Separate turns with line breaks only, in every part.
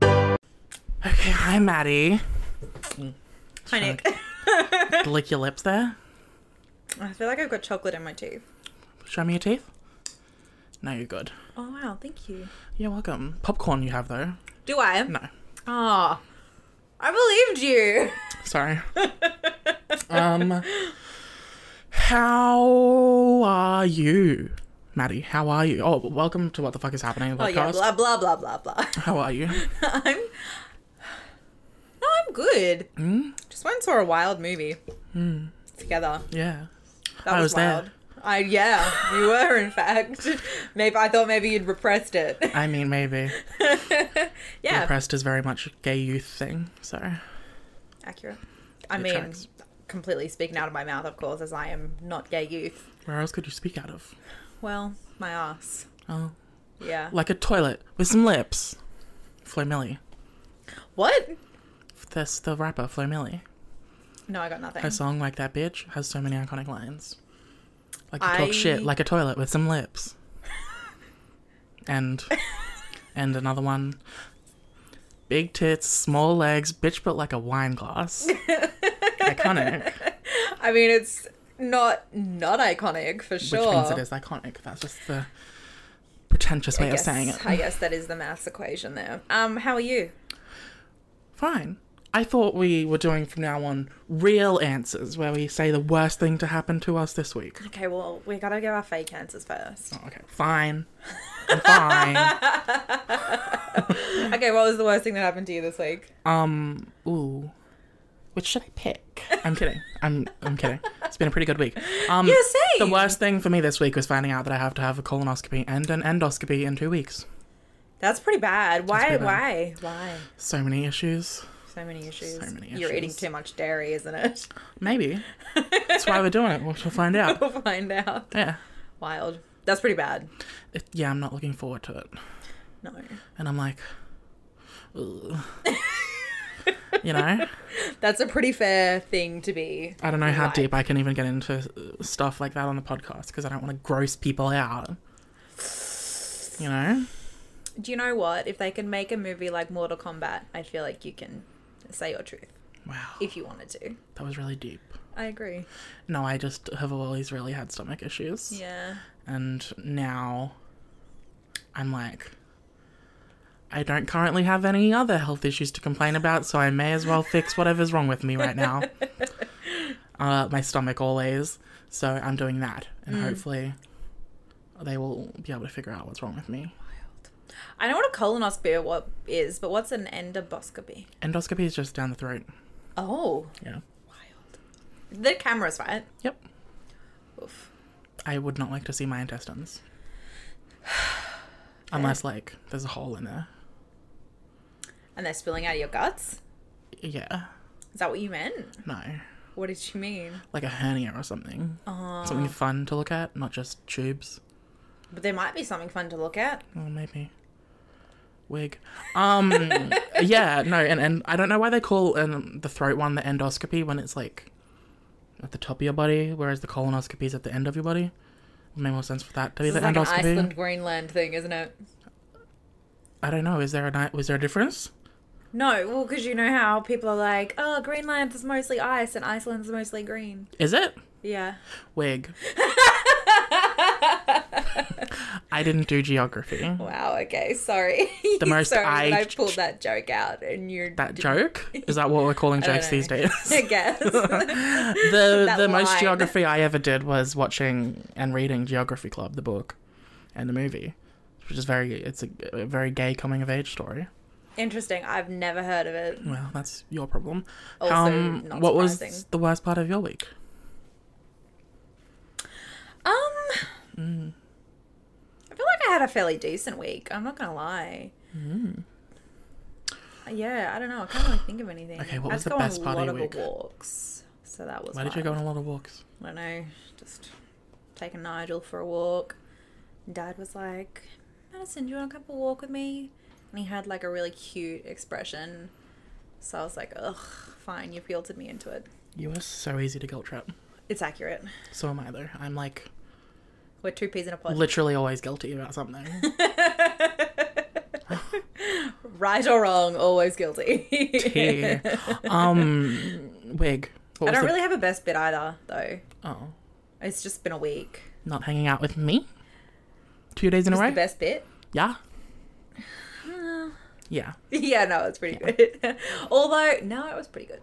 Okay, hi, Maddie.
Hi, Nick.
Lick your lips there.
I feel like I've got chocolate in my teeth.
Show me your teeth. No, you're good.
Oh, wow. Thank you.
You're welcome. Popcorn you have, though.
Do I?
No.
Oh, I believed you.
Sorry. um, how are you? Maddie, how are you? Oh, welcome to What the Fuck is Happening
Oh, yeah.
podcast.
Blah, blah, blah, blah, blah.
how are you?
I'm. No, I'm good. Mm? Just went and saw a wild movie together.
Yeah.
That
I
Hmm. was,
was there.
wild. I, yeah, you were, in fact. Maybe I thought maybe you'd repressed it.
I mean, maybe.
Yeah.
Repressed is very much a gay youth thing, so.
Accurate. I mean,
tracks.
completely speaking out of my mouth, of course, as I am not gay youth.
Where else could you speak out of?
Well, my ass.
Oh.
Yeah.
Like a toilet with some lips. Flo Millie.
what?
That's the rapper, Flo Millie.
No, I got nothing.
A song like that bitch has so many iconic lines. Like you
I-
talk shit like a toilet with some lips. and and another one. Big tits, small legs, bitch built like a wine glass. iconic.
I mean, it's not not iconic for sure.
Which means it is iconic. That's just the pretentious way
I
of
guess,
saying it.
I guess that is the maths equation there. Um, how are you?
Fine. I thought we were doing from now on real answers where we say the worst thing to happen to us this week. Oh,
Okay, well, we gotta go our fake answers first.
Okay, fine. I'm fine.
Okay, what was the worst thing that happened to you this week?
Um, ooh. Which should I pick? I'm kidding. I'm I'm kidding. It's been a pretty good week. Um
Yeah, same.
the worst thing for me this week was finding out that I have to have a colonoscopy and an endoscopy in two weeks.
That's pretty bad. Why?
pretty
Why? Why?
So many issues.
So many issues.
So many
You're eating
issues.
too much dairy, isn't it?
Maybe. That's why we're doing it. We'll find out.
We'll find out.
Yeah.
Wild. That's pretty bad.
It, yeah, I'm not looking forward to it.
No.
And I'm like ugh. You know?
That's a pretty fair thing to be.
I don't know how
Right.
deep I can even get into uh, stuff like that on the podcast because I don't want to gross people out. You know?
Do you know what? If they can make a movie like Mortal Kombat, I feel like you can say your truth
Wow.
if you wanted to.
That was really deep.
I agree.
No, I just have always really had stomach issues.
Yeah.
And now I'm like, I don't currently have any other health issues to complain about, so I may as well fix whatever's wrong with me right now. uh, my stomach always. So I'm doing that. And hopefully they will be able to figure out what's wrong with me.
I know what a colonoscopy what is, but what's an endoscopy?
Endoscopy is just down the throat.
Oh,
Yeah.
the cameras, right?
Yep.
Oof.
I would not like to see my intestines. Unless, like, there's a hole in there.
And they're spilling out of your guts.
Yeah.
Is that what you meant?
No.
What did you mean?
like a hernia or something. Something fun to look at, not just tubes.
But there might be something fun to look at.
Or maybe wig. Um, yeah, no, and and I don't know why they call um, the throat one the endoscopy when it's like at the top of your body, whereas the colonoscopy is at the end of your body. It made more sense for that to be
This
the
is like an
endoscopy.
Iceland Greenland thing, isn't it?
I don't know. Is there a ni- was there a difference?
No, well, because you know how people are like, oh, Greenland is mostly ice and Iceland's mostly green.
Is it
Yeah.
wig? I didn't do geography.
Wow. Okay. Sorry.
The most
sorry that
I-
I pulled that joke out, and you
That joke is that what we're calling jokes these
know.
days?
I guess.
the
That
the most
line.
geography I ever did was watching and reading Geography Club, the book, and the movie, which is very it's a, a very gay coming of age story.
Interesting. I've never heard of it.
Well, that's your problem. Um,
Also, not
what was
surprising.
the worst part of your week?
Um,
Mm.
had a fairly decent week. I'm not gonna lie. Mm. Yeah, I don't know. I can't really think of anything.
Okay, what
I
was
just
the
go on
best part of
a lot
your week?
of walks. So that was.
Why did you go
fun.
on a lot of walks?
I don't know. Just taking Nigel for a walk. Dad was like, "Madison, do you want to come for a walk with me?" And he had like a really cute expression. So I was like, "Ugh, fine. You've guilted me into it.
You are so easy to guilt trip.
It's accurate.
So am I though. I'm like
We're two peas in a pod,
literally always guilty about something.
right or wrong. Always guilty."
Tea. um, wig. What
I
was
don't
the-
really have a best bit either, though.
Oh,
It's just been a week.
not hanging out with me. Two days in a
It's
row.
the Uh, best bit.
Yeah. Yeah.
Yeah, no, it's pretty good. Although, no, it was pretty good.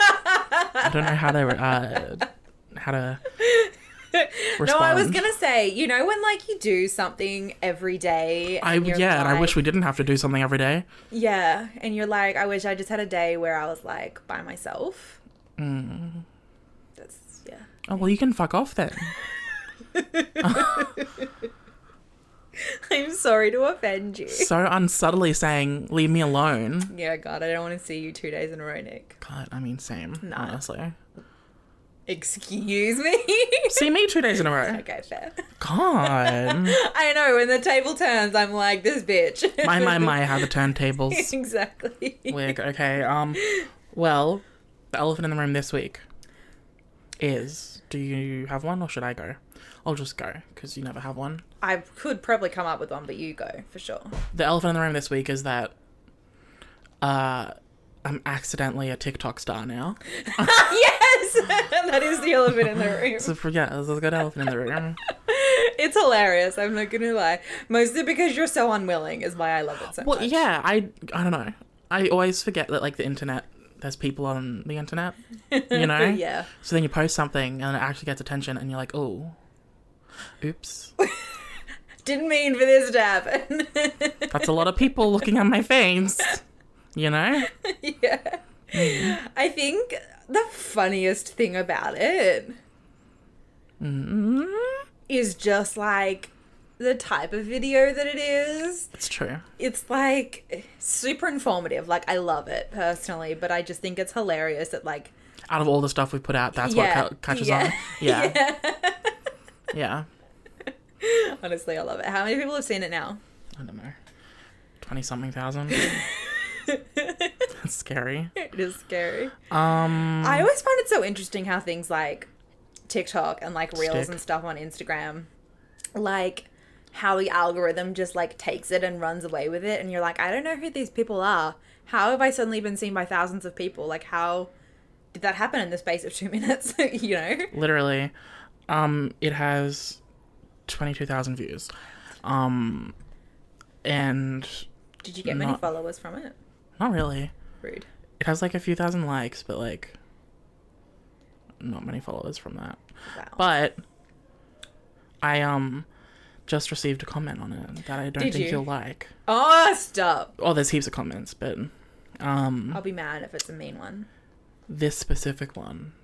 I don't know how to uh, how to respond.
No, I was gonna say, you know, when like you do something every day.
I-
and you're
yeah, and I wish we
like-
didn't have to do something every day.
Yeah, and you're like, I wish I just had a day where I was like by myself.
Mm.
That's yeah.
Oh well, you can fuck off then.
I'm sorry to offend you.
so unsubtly saying, "Leave me alone."
Yeah, God, I don't want to see you two days in a row, Nick.
God, I mean, same.
Nah.
Honestly,
Excuse me.
see me two days in a row.
okay, fair.
God,
I know. When the table turns, I'm like this bitch.
my my my, how the turntables
exactly.
wig. Okay. Um. Well, the elephant in the room this week is: Do you have one, or should I go? I'll just go because you never have one.
I could probably come up with one, but you go for sure.
the elephant in the room this week is that uh I'm accidentally a TikTok star now.
yes, that is the elephant in the room.
So for, yeah, there's a good elephant in the room.
It's hilarious. I'm not gonna lie. Mostly because you're so unwilling is why I love it so
Well,
much.
yeah, I I don't know. I always forget that like the internet, there's people on the internet, you know.
Yeah.
So then you post something and it actually gets attention, and you're like, oh, oops,
Didn't mean for this to happen.
that's a lot of people looking at my face, you know.
yeah. I think the funniest thing about it is just like the type of video that it is.
It's true.
It's like super informative. Like I love it personally, but I just think it's hilarious that like
Out of all the stuff we put out, that's
Yeah.
what ca- catches
Yeah.
on. Yeah. yeah.
honestly I love it. How many people have seen it now?
I don't know, twenty something thousand. That's scary.
It is scary.
Um,
I always find it so interesting how things like TikTok and like reels
Stick.
and stuff on Instagram, like how the algorithm just like takes it and runs away with it. And you're like, I don't know who these people are. How have I suddenly been seen by thousands of people? Like, how did that happen in the space of two minutes? you know?
literally, um, it has twenty two thousand views, um, and
Did you get many
Not-
followers from it?
not really.
Rude.
It has like a few thousand likes, but like, not many followers from that.
Wow.
But I um just received a comment on it that I don't
Did
think
you?
you'll like.
oh, stop.
Oh, there's heaps of comments, but um,
I'll be mad if it's a mean one.
this specific one.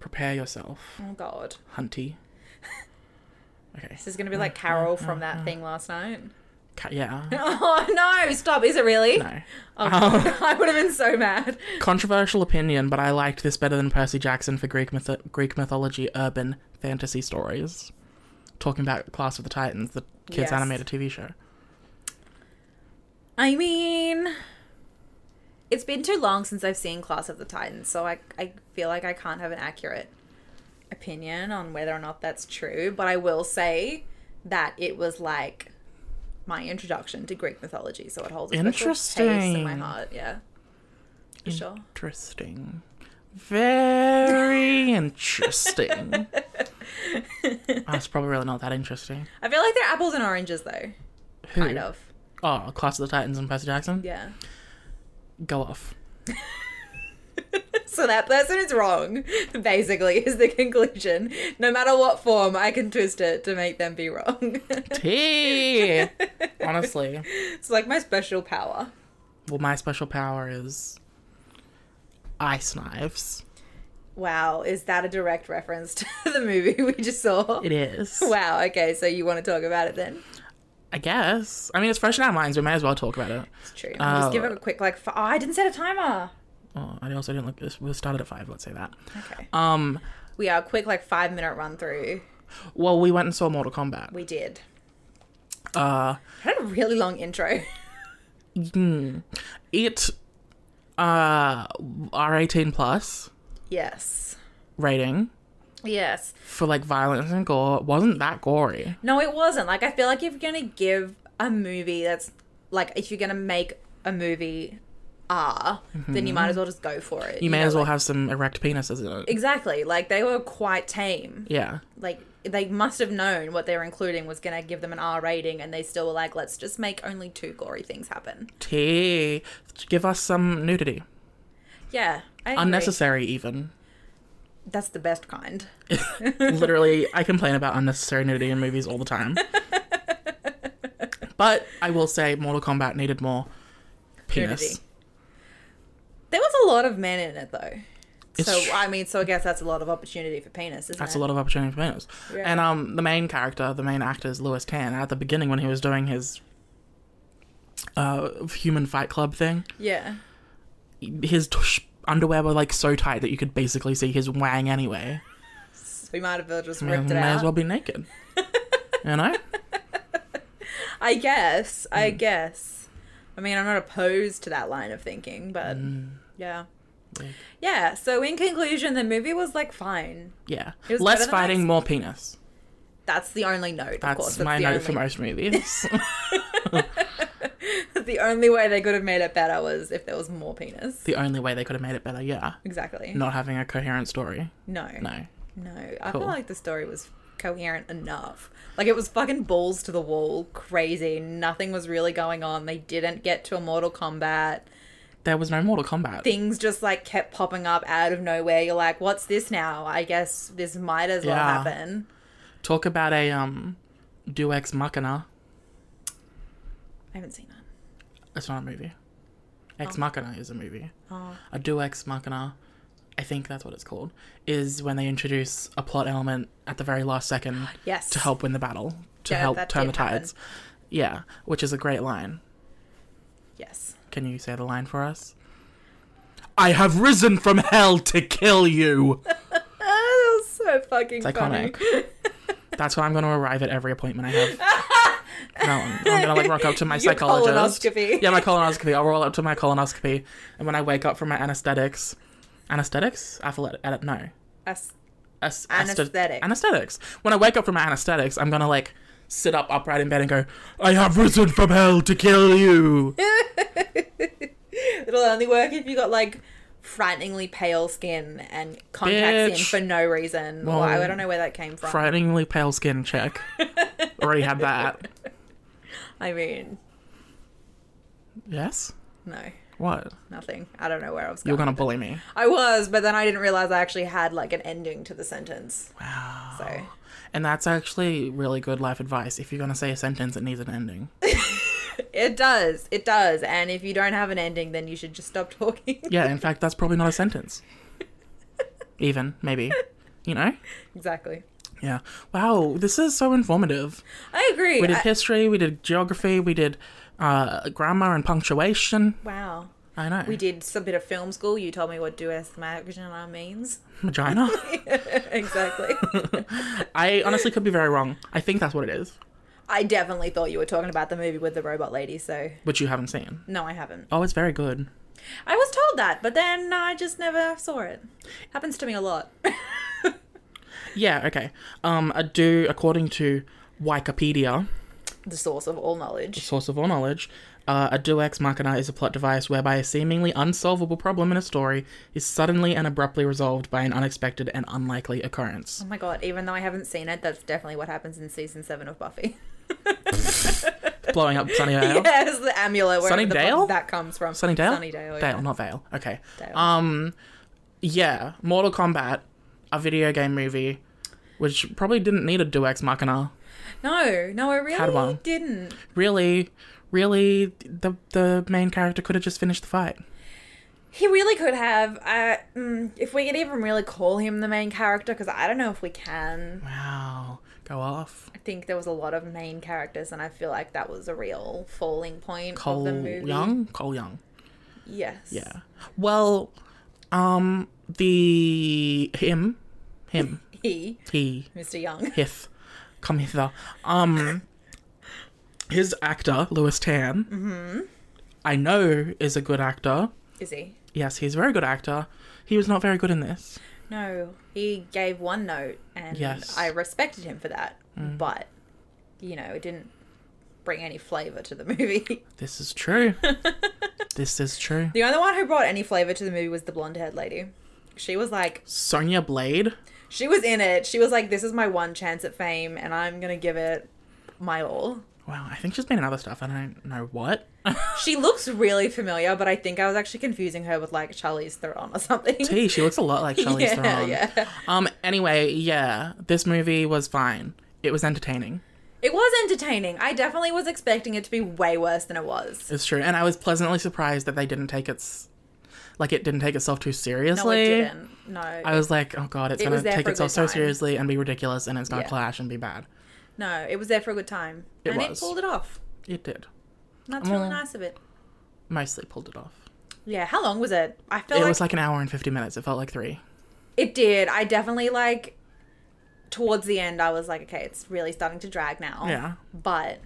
Prepare yourself.
Oh, God.
Hunty. Okay.
This is going to be like Carol from that thing last night.
Ca- yeah.
Oh, no. Stop. Is it really? Oh,
No.
I would have been so mad.
Controversial opinion, but I liked this better than Percy Jackson for Greek myth- Greek mythology urban fantasy stories. Talking about Class of the Titans, the kids
Yes.
animated TV show.
I mean, it's been too long since I've seen Class of the Titans, so I, I feel like I can't have an accurate opinion on whether or not that's true. But I will say that it was like my introduction to Greek mythology, so it holds a special place in my
Interesting.
heart. Yeah, for sure.
Interesting. Very interesting. That's probably really not that interesting.
I feel like they're apples and oranges, though.
Who?
Kind of.
Oh, Class of the Titans and Percy Jackson?
Yeah.
Go off.
So that person is wrong, basically, is the conclusion. No matter what form, I can twist it to make them be wrong.
Tea! Honestly.
It's like my special power.
Well, my special power is ice knives.
Wow, is that a direct reference to the movie we just saw?
It is.
Wow, okay, so you want to talk about it then?
I guess. I mean, it's fresh in our minds. We may as well talk about it.
It's true. I'll
Uh,
just give it a quick like. F- oh, I didn't set a timer.
Oh, I also didn't look. This we started at five. Let's say that.
Okay.
Um.
we are a quick like five minute run through.
Well, we went and saw Mortal Kombat.
We did. Uh, had a really long intro.
It. Uh, R eighteen plus
yes.
rating
Yes.
for like violence and gore wasn't that gory.
No, it wasn't. Like I feel like if you're gonna give a movie that's like if you're gonna make a movie R, then you might as well just go for it.
Mm-hmm. You may
know,
as well
like-
have some erect penises in it.
Exactly. Like they were quite tame.
yeah.
Like they must have known what they were including was gonna give them an R rating, and they still were like, let's just make only two gory things happen.
T. Give us some nudity.
Yeah. I agree.
Unnecessary, even.
That's the best kind.
Literally, I complain about unnecessary nudity in movies all the time. but I will say Mortal Kombat needed more penis.
Nudity. There was a lot of men in it though.
It's
so
tr-
I mean, so I guess that's a lot of opportunity for penis, isn't
That's
it?
a lot of opportunity for penis.
Yeah.
And um, the main character, the main actor is Lewis Tan. At the beginning, when he was doing his uh, human fight club thing,
Yeah.
his t- sh- underwear were like so tight that you could basically see his wang anyway.
So we might have just
May,
ripped it
may
out.
as well be naked. you know?
I guess.
Hmm.
I guess. I mean, I'm not opposed to that line of thinking, but
Hmm.
yeah. Yeah, so in conclusion, the movie was like fine.
Yeah.
It was
Less
better than I
fighting,
ex-
more penis.
That's the only note,
That's
of course. That's
my
the
note
only,
for most movies.
The only way they could have made it better was if there was more penis.
the only way they could have made it better, yeah.
Exactly.
Not having a coherent story.
No.
No.
No. I
Cool.
feel like the story was coherent enough. Like it was fucking balls to the wall, crazy. Nothing was really going on. They didn't get to a Mortal Kombat.
There was no Mortal Kombat.
things just like kept popping up out of nowhere. You're like, what's this now? I guess this might as well
Yeah.
happen.
Talk about a um Duex Machina.
I haven't seen that.
It's not a movie. Ex
Oh.
Machina is a movie. A Duex Machina, I think that's what it's called, is when they introduce a plot element at the very last second
Yes.
to help win the battle, to
Yeah,
help
that
turn the
did happen.
tides. Yeah, which is a great line.
Yes.
Can you say the line for us? I have risen from hell to kill you.
That was so fucking
It's
funny.
iconic. That's why I'm going to arrive at every appointment I have. No, I'm, I'm going to like rock up to my
Your
psychologist.
colonoscopy.
Yeah, my colonoscopy. I'll roll up to my colonoscopy, and when I wake up from my anesthetics, anesthetics, athletic, uh, no,
As-
As-
Anesthetic.
anesthetics. When I wake up from my anesthetics, I'm going to like sit up upright in bed and go, "I have risen from hell to kill you."
It'll only work if you got like frighteningly pale skin and contacts
Bitch.
in for no reason.
Well,
Why? I don't know where that came from.
Frighteningly pale skin check. Already had that.
I mean,
Yes.
no,
What?
nothing. I don't know where I was
You're
going.
gonna bully me.
I was, but then I didn't realize I actually had like an ending to the sentence.
Wow.
So
And that's actually really good life advice. If you're gonna say a sentence, it needs an ending.
it does. It does. And if you don't have an ending, then you should just stop talking.
Yeah, in fact, that's probably not a sentence. Even, maybe. You know?
exactly.
Yeah. Wow, this is so informative.
I agree.
We did
I-
history, we did geography, we did uh, grammar and punctuation.
wow.
I know.
We did a bit of film school. You told me what duas magina means.
Vagina.
exactly.
I honestly could be very wrong. I think that's what it is,
I definitely thought you were talking about the movie with the robot lady, so
which you haven't seen.
no, I haven't.
Oh, it's very good.
I was told that, but then I just never saw it. Happens to me a lot.
Yeah, okay. Um, I do, according to Wikipedia,
the source of all knowledge.
source of all knowledge. Uh, a duex machina is a plot device whereby a seemingly unsolvable problem in a story is suddenly and abruptly resolved by an unexpected and unlikely occurrence.
Oh my god, even though I haven't seen it, that's definitely what happens in season 7 of Buffy.
Blowing up Sunnydale.
yes, the amulet where
Sunnydale?
that comes from.
Sunnydale?
Sunnydale.
Dale,
yeah.
not Vale. Okay.
Dale.
Um, yeah, Mortal Kombat, a video game movie, which probably didn't need a duex machina.
No, no, I really
one.
didn't.
Really, really, the the main character could have just finished the fight.
He really could have. Uh, mm, if we could even really call him the main character, because I don't know if we can.
Wow. Go off.
I think there was a lot of main characters, and I feel like that was a real falling point
Cole
of the movie.
Young? Cole Young.
Yes.
Yeah. Well, um, the. Him. Him.
He,
he.
Mr. Young.
Hith. Come hither. Um, his actor, Louis Tan,
Mm-hmm.
I know is a good actor.
Is he?
Yes, he's a very good actor. He was not very good in this.
No. He gave one note, and
Yes. Mm.
I respected him for that. But, you know, it didn't bring any flavor to the movie.
This is true. this is true.
the only one who brought any flavor to the movie was the blonde haired lady. She was like,
Sonia Blade.
she was in it. She was like, this is my one chance at fame, and I'm going to give it my all.
Wow, I think she's been in other stuff. I don't know what.
She looks really familiar, but I think I was actually confusing her with like Charlize Theron or something.
Hey, she looks a lot like Charlize
Yeah,
Theron.
yeah.
Um. Anyway, yeah, this movie was fine. It was entertaining.
It was entertaining. I definitely was expecting it to be way worse than it was.
It's true, and I was pleasantly surprised that they didn't take its, like, it didn't take itself too seriously.
No, it didn't. No,
I was like, oh god, it's
It
gonna
was there
take
for a
itself
good
so
time.
seriously and be ridiculous, and it's gonna
Yeah.
clash and be bad.
no, it was there for a good time,
It
and
was.
it pulled it off.
It did.
And That's really
Mm.
nice of it.
Mostly pulled it off.
Yeah, how long was it? I
It
felt like,
was like an hour and fifty minutes. It felt like three.
it did. I definitely like towards the end. I was like, okay, it's really starting to drag now.
Yeah.
but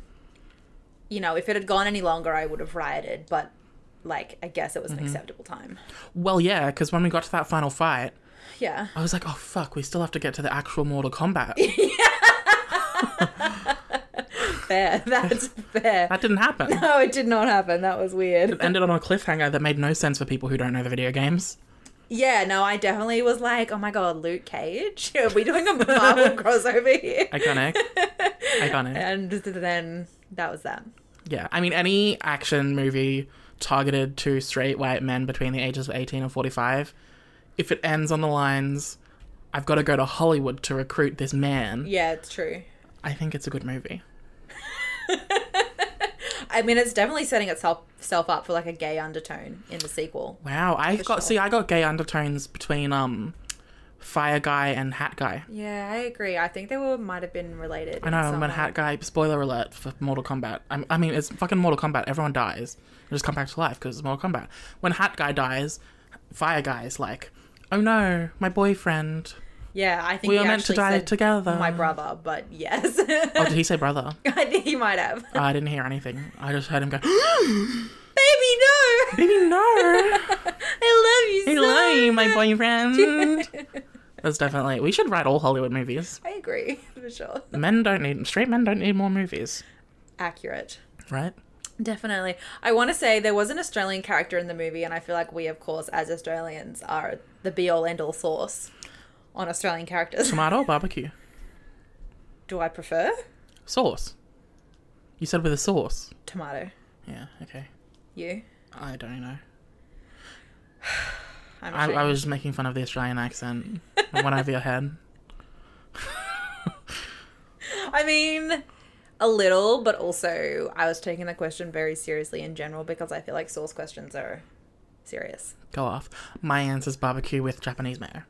you know, if it had gone any longer, I would have rioted. But like, I guess it was an
Mm-hmm.
acceptable time.
Well, yeah, because when we got to that final fight,
Yeah.
I was like, oh fuck, we still have to get to the actual Mortal Kombat.
fair. That's fair.
that didn't happen.
No, it did not happen. That was weird.
Ended on a cliffhanger that made no sense for people who don't know the video games.
Yeah, no, I definitely was like, oh my god, Luke Cage? Are we doing a Marvel crossover here?
Iconic. Iconic.
And then that was that.
Yeah, I mean, any action movie targeted to straight white men between the ages of 18 and 45, if it ends on the lines, I've got to go to Hollywood to recruit this man,
Yeah, it's true.
I think it's a good movie.
I mean, it's definitely setting itself self up for like a gay undertone in the sequel.
Wow, I got,
sure.
see, I got gay undertones between, um, Fire Guy and Hat Guy.
Yeah, I agree. I think they were might have been related.
I know, when Hat Guy, spoiler alert for Mortal Kombat. I'm, I mean, it's fucking Mortal Kombat, everyone dies. They just come back to life because it's Mortal Kombat. When Hat Guy dies, Fire Guy is like, oh no, my boyfriend.
Yeah, I think
We
he
were meant to
actually
die
said
together.
My brother, but yes,
Oh, did he say brother?
I think he might have.
I didn't hear anything. I just heard him go,
Baby, no,
Baby, no!
I love you. so
Hello, my boyfriend! That's definitely. We should write all Hollywood movies.
I agree for sure.
Men don't need. Straight men don't need more movies,
Accurate.
right?
Definitely. I want to say there was an Australian character in the movie, and I feel like we, of course, as Australians, are the be all end all source on Australian characters.
Tomato or barbecue?
Do I prefer
Sauce. You said with a sauce.
tomato?
Yeah, okay.
You?
I don't know.
I'm
I, I
ashamed.
was just making fun of the Australian accent. I went over your head.
I mean, a little, but also I was taking the question very seriously in general because I feel like source questions are serious.
Go off. My answer's barbecue with Japanese mayo.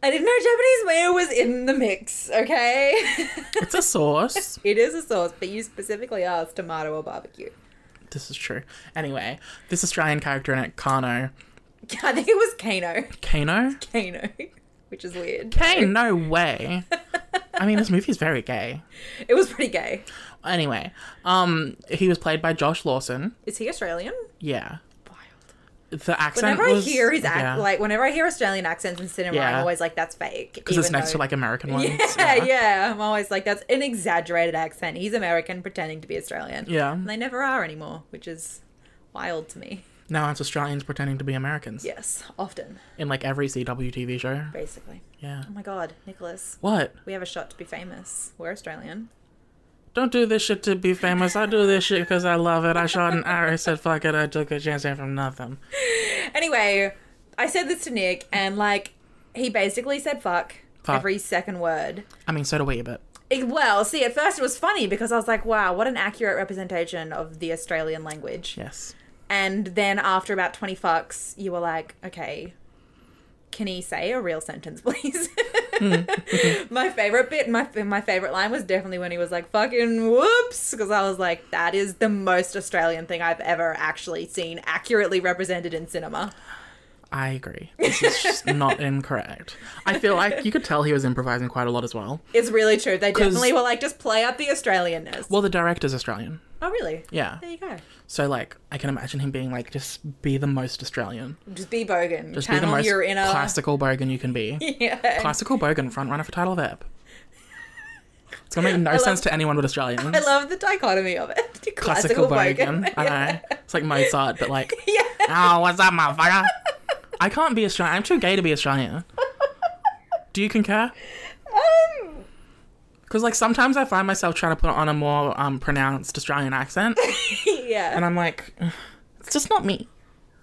I didn't know Japanese mayo was in the mix. Okay,
It's a sauce.
it is a sauce, but you specifically asked tomato or barbecue.
this is true. Anyway, this Australian character in it, Kano.
I think it was Kano.
Kano?
Kano, which is weird.
Hey, no way. I mean, this movie is very gay.
It was pretty gay.
Anyway, um, he was played by Josh Lawson.
Is he Australian?
Yeah,
Wild.
the accent.
Whenever
was-
I hear his act,
yeah.
like whenever I hear Australian accents in cinema,
Yeah.
I'm always like, "That's fake."
because it's
even
next to
though-
like American ones.
Yeah, yeah, I'm always like, "That's an exaggerated accent." He's American pretending to be Australian.
Yeah.
and they never are anymore, which is wild to me.
Now it's Australians pretending to be Americans
Yes, often,
in like every CW TV show.
basically.
Yeah.
Oh my god, Nicholas,
What?
we have a shot to be famous. We're Australian.
Don't do this shit to be famous. I do this shit because I love it. I shot an arrow, said fuck it. I took a chance and from nothing.
Anyway, I said this to Nick, and like, he basically said "fuck."
Fuck.
Every second word.
I mean, so do we, but
It- well, see, at first it was funny because I was like, wow, what an accurate representation of the Australian language.
yes.
And then after about 20 fucks, you were like, okay, can he say a real sentence, please?
Hmm.
my favorite bit, my my favorite line was definitely when he was like, "Fucking whoops," because I was like, that is the most Australian thing I've ever actually seen accurately represented in cinema.
I agree. This is just not incorrect. I feel like you could tell he was improvising quite a lot as well.
It's really true. They definitely were like, just play up the Australianness.
Well, the director's Australian.
oh, really?
Yeah.
There you go.
So, like, I can imagine him being like, just be the most Australian.
Just be Bogan.
Just be
Channel
the most
your inner.
classical Bogan you can be.
Yeah.
classical Bogan, front runner for title of EP. It's gonna make no sense to anyone but Australians.
I love the dichotomy of it.
classical Bogan. I know. It's like Mozart, but like, oh, what's up, motherfucker? I can't be Australian. I'm too gay to be Australian. Do you concur?
Um,
Because like sometimes I find myself trying to put on a more um, pronounced Australian accent,
Yeah.
and I'm like, it's just not me.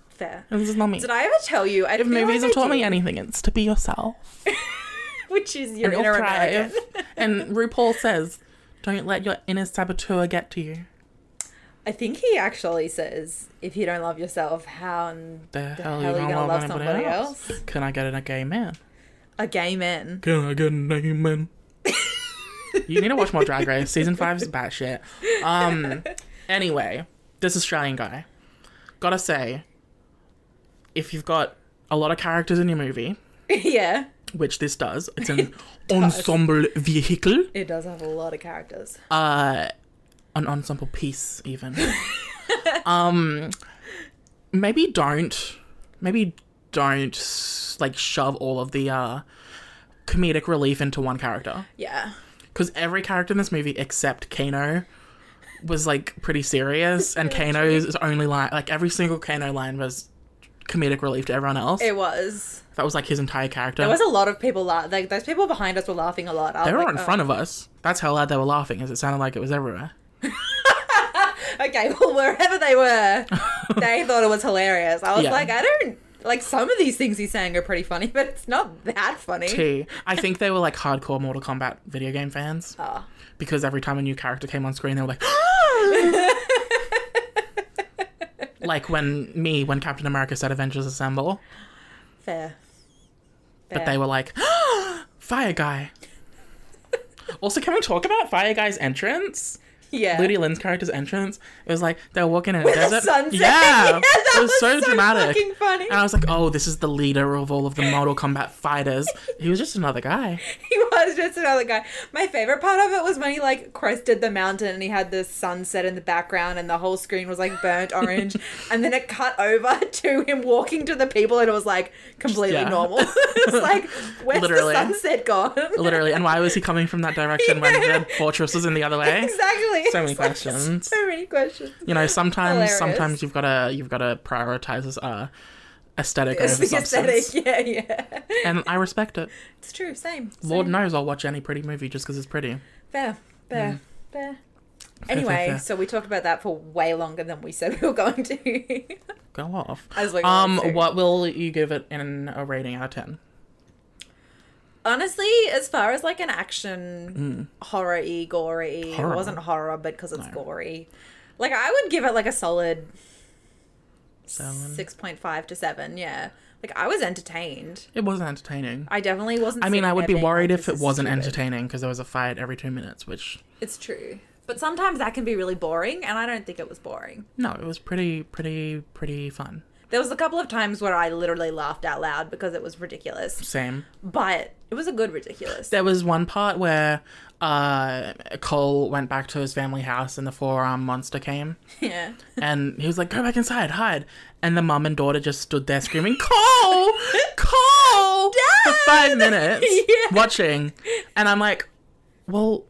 fair.
This is not me.
Did I ever tell you? I
if
feel
movies
like
have taught
I
me
did,
anything, it's to be yourself
which is your
and
inner
you'll thrive.
American.
and RuPaul says, "Don't let your inner saboteur get to you."
I think he actually says, "If you don't love yourself, how in
The, hell, you gonna love, anybody, else? Can I get in a gay man?
A gay man.
Can I get an amen? you need to watch more Drag Race. Season five is batshit. Um. Anyway, this Australian guy, gotta say, if you've got a lot of characters in your movie,
yeah,
which this does, it's an ensemble vehicle,
it does have a lot of characters.
an ensemble piece, even. um, maybe don't, maybe don't like shove all of the uh comedic relief into one character.
yeah,
because every character in this movie except Kano was like pretty serious, and Kano's only line, like every single Kano line, was comedic relief to everyone else.
it was.
that was like his entire character.
There was a lot of people laugh. Like those people behind us were laughing a lot. I
they were
was like,
in
oh,
front of us. That's how loud they were laughing, as it sounded like it was everywhere.
Okay, well wherever they were, they thought it was hilarious. I was
Yeah.
like, I don't like some of these things he's saying are pretty funny, but it's not that funny.
T. I think they were like hardcore Mortal Kombat video game fans
Ah.
because every time a new character came on screen, they were like. Like when me, when Captain America said Avengers Assemble,
Fair.
But they were like, Fire Guy. also, can we talk about Fire Guy's entrance?
yeah.
Ludi Lynn's character's entrance. It was like they were walking in a
the
desert.
sunset.
Yeah,
Yeah, that
it was,
was
so,
so
dramatic.
fucking funny.
And I was like, oh, this is the leader of all of the Mortal Kombat fighters. he was just another guy.
he was just another guy. My favorite part of it was when he like crested the mountain and he had the sunset in the background and the whole screen was like burnt orange, and then it cut over to him walking to the people and it was like completely
Yeah.
normal. it's like where's
Literally.
the sunset gone?
Literally. And why was he coming from that direction when the fortress was in the other way?
exactly.
So many
It's like,
questions.
So many questions.
You know, sometimes
Hilarious.
sometimes you've gotta you've gotta prioritize uh aesthetic
It's
over
the
substance.
aesthetic. Yeah, yeah.
And I respect it.
It's true. Same. same.
Lord knows I'll watch any pretty movie just because it's pretty.
Fair. Fair. Fair. Anyway,
Mm. fair.
so we talked about that for way longer than we said we were going to.
Go off.
I was like,
um,
"Oh, I'm
what will you give it in a rating out of ten?
Honestly, as far as like an action horror y, gory,
Mm. Horror.
it wasn't horror, but because it's gory, like I would give it like a solid
Seven.
6.5 to 7. Yeah. Like I was entertained.
It wasn't entertaining.
I definitely wasn't.
I mean,
sitting
I would
there
be
being
worried
like,
if
"This
it
is
wasn't
stupid."
entertaining because there was a fight every two minutes, which
It's true. But sometimes that can be really boring, and I don't think it was boring.
no, it was pretty, pretty, pretty fun.
There was a couple of times where I literally laughed out loud because it was ridiculous,
Same.
but it was a good ridiculous.
There was one part where uh, Cole went back to his family house and the four-armed monster came,
yeah.
and he was like, "Go back inside, hide." And the mum and daughter just stood there screaming, "Cole, Cole!" for five minutes watching, and I'm like, "Well,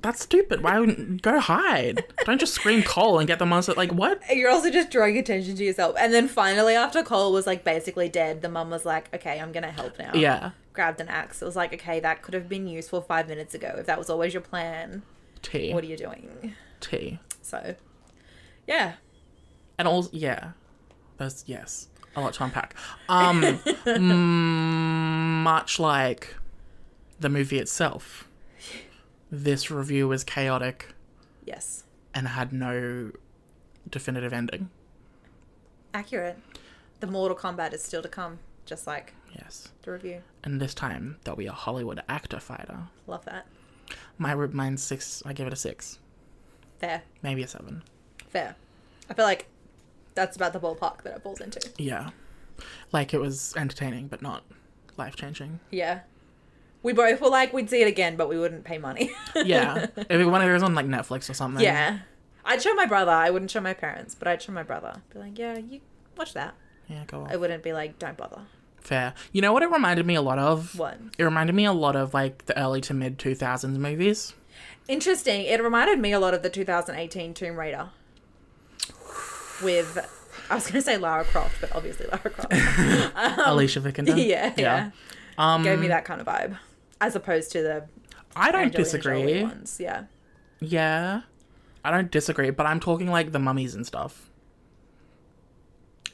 that's stupid. Why wouldn't go hide? Don't just scream Cole and get the monster." Like what?
You're also just drawing attention to yourself. And then finally, after Cole was like basically dead, the mum was like, okay, I'm going to help now.
Yeah,
Grabbed an axe. It was like, okay, that could have been useful five minutes ago. If that was always your plan,
T
what are you doing?
T,
So, yeah.
and all yeah. That's yes, a lot to unpack. Um, mm, much like the movie itself, this review was chaotic.
Yes.
and had no definitive ending.
Accurate. The Mortal Kombat is still to come, just like
Yes.
to review.
And this time there'll be a Hollywood actor fighter.
Love that.
My r- mine's six. I give it a six,
Fair.
maybe a seven.
Fair. I feel like that's about the ballpark that it falls into.
Yeah, like it was entertaining, but not life changing.
Yeah. We both were like, we'd see it again, but we wouldn't pay money.
Yeah, if it, when it was on like Netflix or something.
yeah. I'd show my brother. I wouldn't show my parents, but I'd show my brother. Be like, yeah, you watch that.
yeah, go
I
on.
wouldn't be like, don't bother.
Fair. You know what it reminded me a lot of?
What?
It reminded me a lot of like the early to mid two thousands movies.
Interesting. It reminded me a lot of the 2018 Tomb Raider. With, I was going to say Lara Croft, but obviously Lara Croft.
Alicia Vikander.
Um, yeah, yeah.
Um,
Gave me that kind of vibe. As opposed to the
I don't
Angelina Jolie
disagree.
ones. Yeah.
Yeah, I don't disagree, but I'm talking like the mummies and stuff,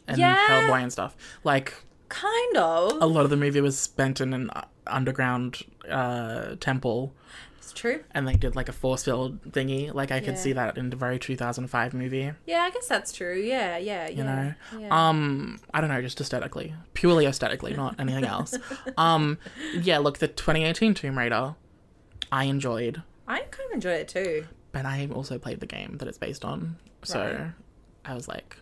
and
Yeah.
Hellboy and stuff. Like
Kind of.
a lot of the movie was spent in an uh, underground uh, temple
It's true.
and they did like a force field thingy like i could
Yeah.
see that in the very 2005 movie
Yeah, I guess that's true. Yeah, yeah, yeah.
you know
yeah.
um i don't know just aesthetically purely aesthetically not anything else um yeah look the 2018 tomb raider i enjoyed
I kind of enjoyed it too.
but i also played the game that it's based on so
Right.
i was like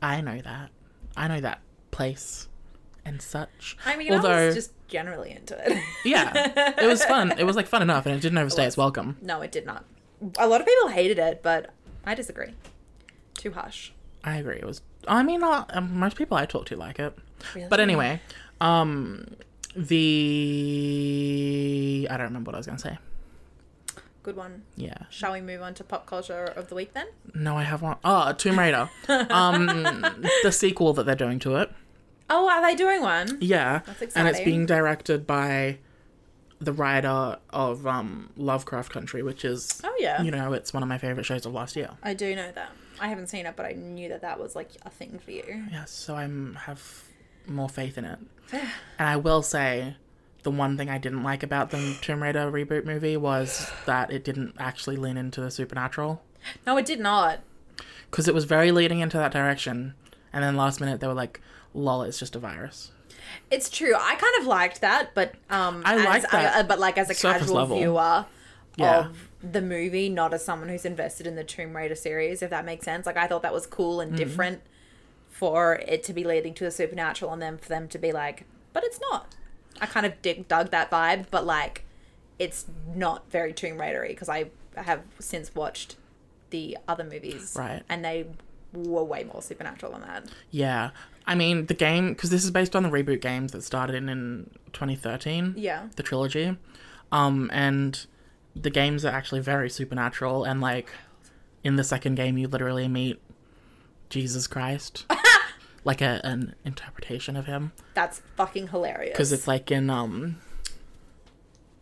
i know that i know that place and such
I mean, I was just generally into it.
Yeah, it was fun. It was like fun enough, and it didn't overstay its welcome.
no, it did not. A lot of people hated it, but I disagree. Too harsh.
I agree. It was. I mean, uh, um, most people I talk to like it.
Really?
But anyway, um, the I don't remember what I was gonna say.
Good one.
Yeah.
Shall we move on to pop culture of the week then?
No, I have one. Oh, Tomb Raider. um, the sequel that they're doing to it.
Oh, are they doing one?
Yeah. And it's
exciting.
being directed by the writer of um Lovecraft Country, which is
Oh, yeah.
you know, it's one of my favorite shows of last year.
I do know that. I haven't seen it, but I knew that that was like a thing for you.
Yeah, so I'm have more faith in it. and I will say the one thing I didn't like about the Tomb Raider reboot movie was that it didn't actually lean into the supernatural
No, it did not.
because it was very leading into that direction and then last minute they were like lol it's just a virus.
It's true. I kind of liked that, but um,
I
as
liked that
uh, but like as a
surface
casual
level.
viewer
Yeah.
of the movie, not as someone who's invested in the Tomb Raider series, if that makes sense. Like I thought that was cool
Mm.
and different for it to be leading to the supernatural, and then for them to be like, but it's not. I kind of dig, dug that vibe, but like, it's not very Tomb Raidery because I have since watched the other movies,
Right.
And they were way more supernatural than that.
Yeah. I mean, the game cuz this is based on the reboot games that started in, in 2013.
Yeah.
The trilogy. Um and the games are actually very supernatural and like in the second game you literally meet Jesus Christ. like a, an interpretation of him
That's fucking hilarious.
cuz it's like in um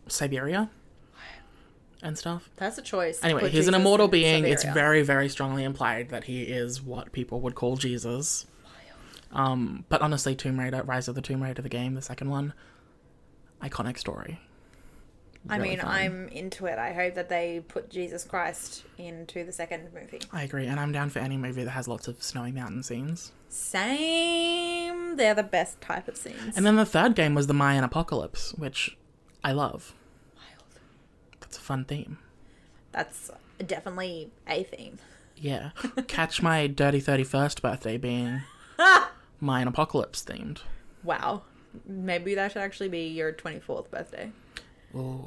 Siberia and stuff.
That's a choice. to
Anyway,
put
he's an
Jesus
immortal
in
being. It's
Siberia.
very, very strongly implied that he is what people would call Jesus. Um, but honestly, Tomb Raider, Rise of the Tomb Raider, the game, the second one, iconic story.
I
really
mean,
fun.
I'm into it. I hope that they put Jesus Christ into the second movie.
I agree, and I'm down for any movie that has lots of snowy mountain scenes.
Same. They're the best type of scenes.
And then the third game was the Mayan apocalypse, which I love. That's a fun theme.
That's definitely a theme.
Yeah, catch my dirty thirty-first birthday being Mayan apocalypse themed.
Wow. Maybe that should actually be your 24th birthday.
Ooh,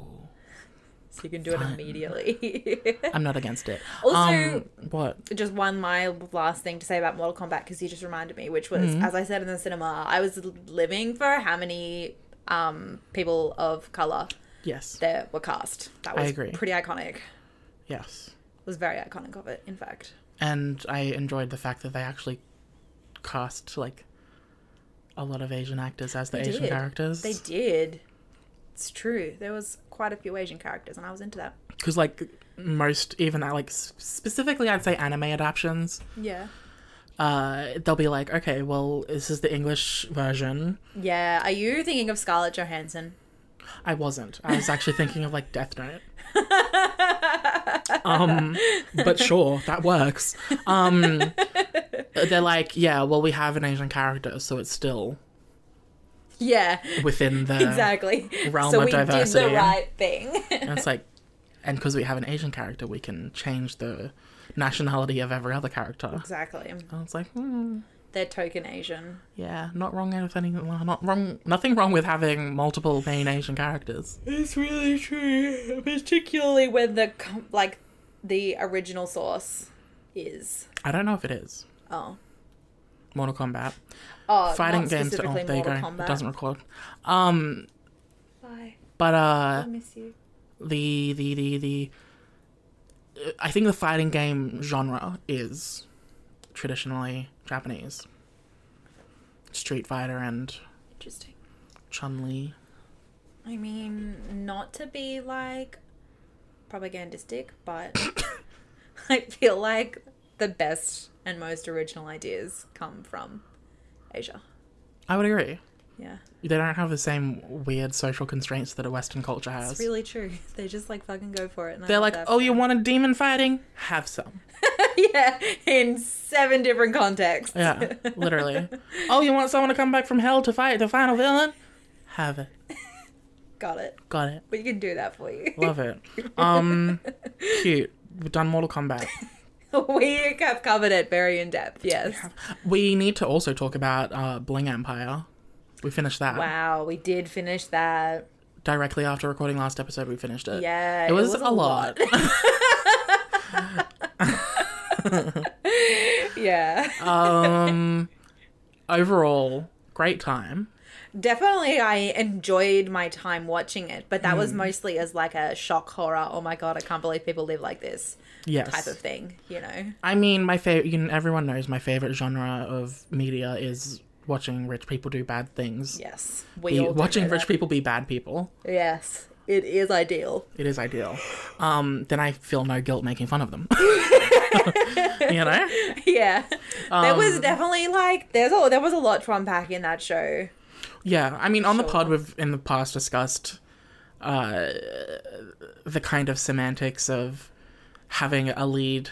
So you can do it immediately.
I'm not against it.
Also-
um, what?
just one my last thing to say about Mortal Kombat because you just reminded me, which was
Mm-hmm.
as I said in the cinema, I was living for how many um, people of color
Yes.
that were cast. That was
agree.
pretty iconic.
Yes.
was very iconic of it, in fact.
And I enjoyed the fact that they actually cast like a lot of Asian actors as the Asian
did.
characters.
They did. It's true. There was quite a few Asian characters, and I was into that.
Because like most, even uh, like s- specifically, I'd say anime adaptions.
Yeah.
Uh, they'll be like, okay, well, this is the English version.
Yeah. Are you thinking of Scarlett Johansson?
I wasn't. I was actually thinking of like Death Note. um, but sure, that works. Um, they're like, yeah, well, we have an Asian character, so it's still
Yeah.
within the
Exactly.
realm
so
of
we
diversity.
did the right thing.
And it's like, and because we have an Asian character, we can change the nationality of every other character.
exactly.
And it's like, hmm,
They're token Asian.
yeah, not wrong with any, not wrong, nothing wrong with having multiple main Asian characters.
It's really true, particularly when the com- like the original source is
I don't know if it is
oh
Mortal Kombat
oh
fighting
not
games. Oh,
specifically
there you go.
Mortal
It
Kombat.
doesn't record. Um,
Bye.
but uh,
I miss you.
the the the the. uh, I think the fighting game genre is traditionally Japanese. Street Fighter and
Interesting.
Chun Li.
I mean, not to be like propagandistic, but I feel like the best and most original ideas come from Asia.
I would agree.
Yeah,
They don't have the same weird social constraints that a Western culture has.
it's really true. They just like fucking go for it. And I
They're
love
like,
that
oh,
for
you
them."
want a demon fighting? Have some.
yeah, in seven different contexts.
Yeah, literally. oh, you want someone to come back from hell to fight the final villain? Have it.
Got it.
Got it.
We can do that for you.
Love it. Um, cute. We've done Mortal Kombat.
we have covered it very in depth. Yes.
We need to also talk about uh, Bling Empire. We finished that
Wow, we did finish that.
directly after recording last episode. We finished it.
Yeah,
it was, a lot.
Yeah.
Overall, great time.
Definitely, I enjoyed my time watching it, but that was mostly as like a shock horror. Oh my god, I can't believe people live like this
Yes.
type of thing. You know,
I mean, my favorite. You know, everyone knows my favorite genre of media is watching rich people do bad things.
yes, we
Be-
all do
watching
know
rich
that.
people be bad people.
Yes, it is ideal.
It is ideal. Um, then I feel no guilt making fun of them. you know,
yeah, there was definitely like there's a there was a lot to unpack in that show.
yeah. I mean, on the
Sure.
pod we've in the past discussed uh, the kind of semantics of having a lead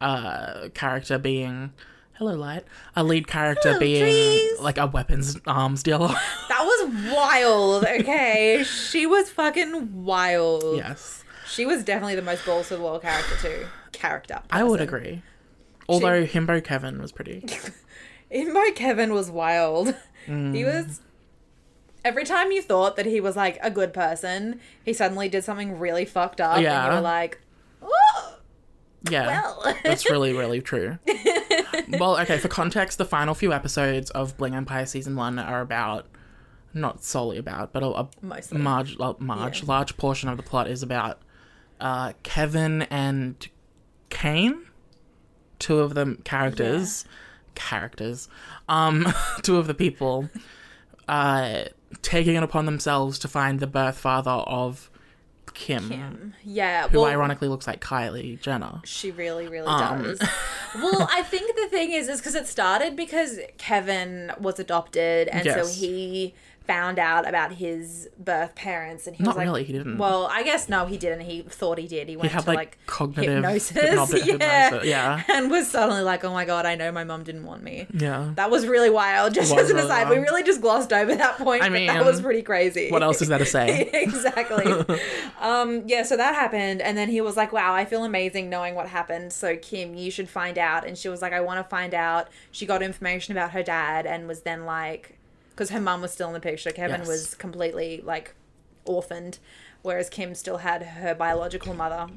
uh, character being hello light, a lead character
Hello,
being
trees.
like a weapons arms dealer.
That was wild. Okay, she was fucking wild.
yes.
She was definitely the most balls to the wall character too. Character.
I would
person.
agree. Although Himbo Kevin was pretty.
Inmo Kevin was wild.
Mm.
He was. Every time you thought that he was like a good person, he suddenly did something really fucked up, and
Yeah.
you were like, "Oh,
Yeah.
well."
That's really, really true. well, okay, for context, the final few episodes of Bling Empire Season 1 are about, not solely about, but a, a
Mostly.
large, a large,
Yeah.
large portion of the plot is about uh, Kevin and Kane, two of the characters, characters, um, two of the people, uh, taking it upon themselves to find the birth father of Kim,
yeah.
who
well,
ironically looks like Kylie Jenner.
She really, really
Um.
does. well, I think the thing is, is because it started because Kevin was adopted, and
Yes.
so he found out about his birth parents, and he
Not
was like,
really, he didn't.
Well, I guess no, he didn't. He thought he did. He went
had,
to
like,
like,
cognitive
hypnosis,
hypnobi-
yeah.
hypnosis, yeah.
and was suddenly like, oh my god, I know my mom didn't want me.
Yeah.
That was really wild. Just
was
as an
really
aside, we
wild.
really just glossed over that point.
I
I mean, that
mean,
was pretty crazy.
what else is there to say?
exactly. um, yeah, so that happened, and then he was like, "Wow, I feel amazing knowing what happened." So Kim, you should find out. And she was like, "I want to find out." She got information about her dad, and was then like, because her mum was still in the picture. Kevin
Yes.
was completely like orphaned, whereas Kim still had her biological mother.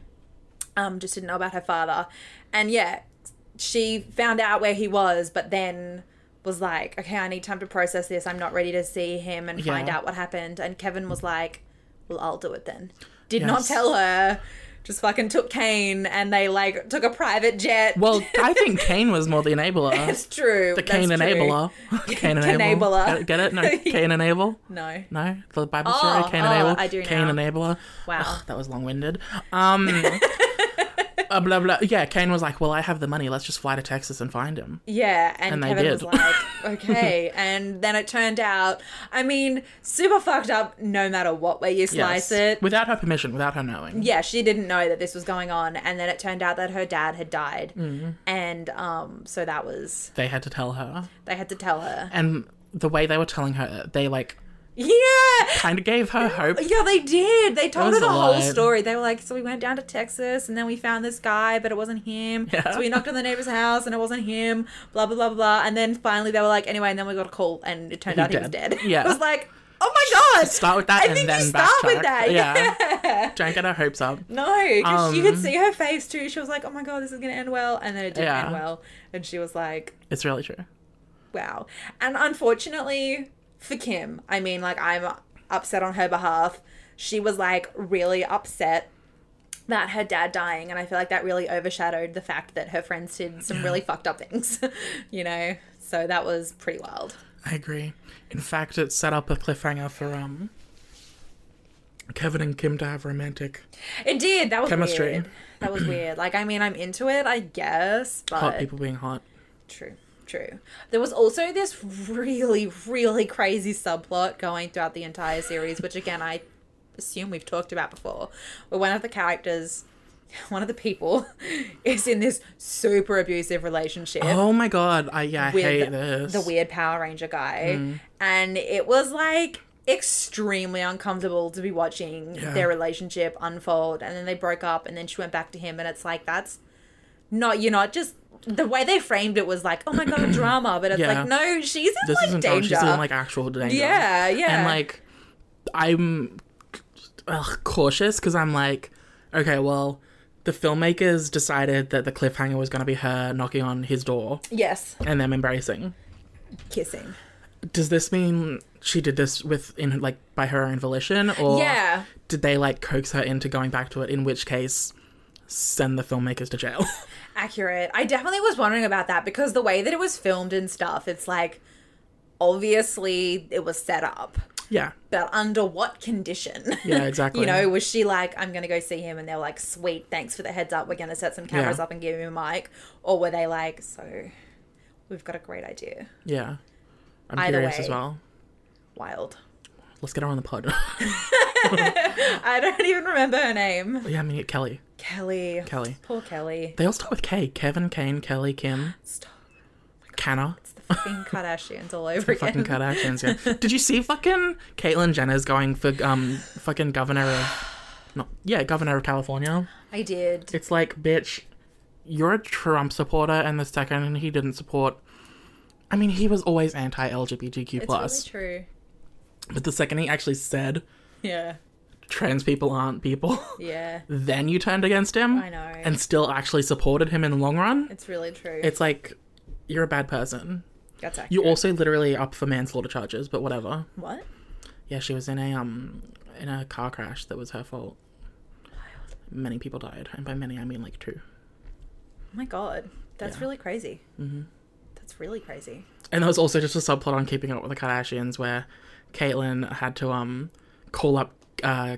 Um, just didn't know about her father, and yeah, she found out where he was, but then was like, okay, I need time to process this. I'm not ready to see him and find
Yeah.
out what happened. And Kevin was like, well, I'll do it then. Did not
Yes.
tell her. Just fucking took Kane and they like took a private jet.
Well, I think Kane was more the enabler.
that's true.
The Kane
that's true.
enabler. Kane
Enabler.
enabler. Get- Get it? No, Kane enable.
No.
No, the Bible
Oh,
story. Kane
oh,
enable.
I do
Kane
now.
enabler.
Wow.
Ugh, that was long-winded. Um. uh, blah blah. Yeah, Kane was like, "Well, I have the money. Let's just fly to Texas and find him."
Yeah, and,
And they
Kevin
did.
was like, okay. and then it turned out, I mean, super fucked up no matter what way you slice it.
without her permission, without her knowing.
yeah, she didn't know that this was going on, and then it turned out that her dad had died,
Mm-hmm.
and um, so that was
They had to tell her,
they had to tell her.
and the way they were telling her, they like
Yeah.
kind of gave her hope.
Yeah, they did. They told her
was
the
a
whole
lot.
story. They were like, so we went down to Texas and then we found this guy, but it wasn't him.
Yeah.
So we knocked on the neighbor's house and it wasn't him, blah, blah, blah, blah. And then finally they were like, anyway, and then we got a call and it turned
He
out he was
dead.
dead.
Yeah.
I was like, oh my God.
Start with that
I
and
think
then
you start with
backtrack.
that. Yeah.
Yeah. Don't get her hopes up.
No, because you could
Um,
see her face too. She was like, oh my God, this is going to end well. And then it didn't
Yeah.
end well. And she was like,
It's really true.
wow. And unfortunately for Kim, I mean, like, I'm upset on her behalf. She was like really upset that her dad dying, and I feel like that really overshadowed the fact that her friends did some really fucked up things, you know? So that was pretty wild.
I agree. In fact, it set up a cliffhanger for um Kevin and Kim to have romantic
It did. That was
Chemistry.
weird. That was weird. Like, I mean, I'm into it, I guess, but.
hot people being hot.
True, true. There was also this really, really crazy subplot going throughout the entire series, which again I assume we've talked about before, where one of the characters, one of the people, is in this super abusive relationship
Oh my god! I yeah, I
with
hate this. Mm.
the weird Power Ranger guy, and it was like extremely uncomfortable to be watching their relationship unfold and then they broke up and then she went back to him and it's like that's not you're not just the way they framed it was like oh my god drama but it's
Yeah.
like no she's in
this
like
isn't
danger
drama. She's in like actual danger.
Yeah, yeah.
And like, I'm ugh, cautious because I'm like, okay, well, the filmmakers decided that the cliffhanger was going to be her knocking on his door
yes
and them embracing.
kissing
Does this mean she did this with in like by her own volition, or
Yeah.
did they like coax her into going back to it? In which case, send the filmmakers to jail.
accurate i definitely was wondering about that because the way that it was filmed and stuff it's like obviously it was set up
yeah.
but under what condition?
Yeah, exactly.
you know, was she like, I'm going to go see him? And they were like, sweet, thanks for the heads up. We're going to set some cameras
Yeah.
up and give him a mic. Or were they like, so we've got a great idea?
Yeah. I'm
Either
curious as
way.
well.
Wild.
Let's get her on the pod.
I don't even remember her name.
yeah, I mean Kelly.
Kelly.
Kelly.
Poor Kelly.
They all start with K. Kevin, Kane, Kelly, Kim. Stop. Canna.
It's the fucking Kardashians all over again.
Fucking Kardashians. Yeah. Did you see fucking Caitlyn Jenner's going for um fucking governor of not yeah governor of California?
I did.
It's like bitch, you're a Trump supporter, and the second he didn't support, I mean he was always anti LGBTQ
It's
plus,
really true.
but the second he actually said
Yeah.
trans people aren't people,
Yeah.
then you turned against him.
I know.
and still actually supported him in the long run.
It's really true.
It's like you're a bad person.
That's accurate.
You also literally up for manslaughter charges, but whatever.
What?
Yeah, she was in a um in a car crash that was her fault. Many people died, and by many I mean like two.
Oh my God. That's really crazy. Mm-hmm. That's really crazy.
And there was also just a subplot on Keeping Up with the Kardashians where Caitlyn had to um call up uh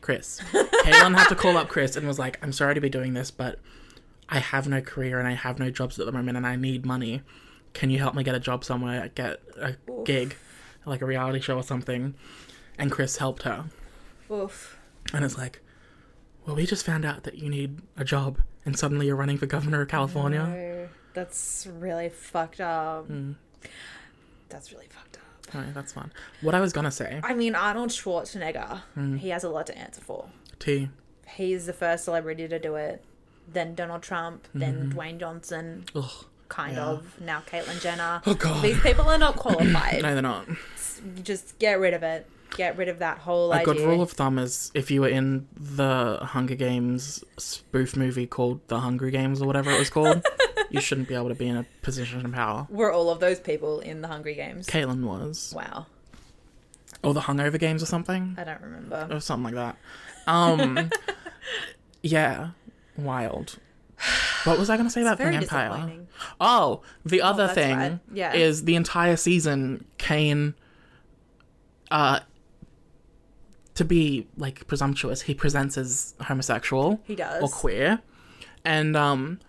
Chris. Caitlyn had to call up Chris and was like, "I'm sorry to be doing this, but I have no career and I have no jobs at the moment, and I need money. Can you help me get a job somewhere, get a gig, like a reality show or something?" And Chris helped her.
Oof.
And it's like, well, we just found out that you need a job, and suddenly you're running for governor of California.
Oh, That's really fucked up.
Mm-hmm.
That's really fucked up.
All right, that's fun. What I was gonna say,
I mean, Arnold Schwarzenegger,
Hmm.
he has a lot to answer for.
T,
He's the first celebrity to do it, then Donald Trump, then Dwayne Johnson,
ugh,
kind
Mm-hmm. yeah.
of, now Caitlyn Jenner.
Oh, God.
These people are not qualified.
no, they're not.
Just get rid of it. Get rid of that whole
A
idea.
good rule of thumb is if you were in the Hunger Games spoof movie called The Hungry Games or whatever it was called, you shouldn't be able to be in a position of power.
We're all of those people in the Hungry Games.
Caitlin was,
Wow.
or The Hungover Games or something,
I don't remember.
or something like that. Um, yeah, wild. What was I gonna say about
very
King Empire?
disappointing.
Oh, the other
that's
thing
right. Yeah.
is the entire season Kane uh to be like presumptuous, he presents as homosexual.
He does.
Or queer. And um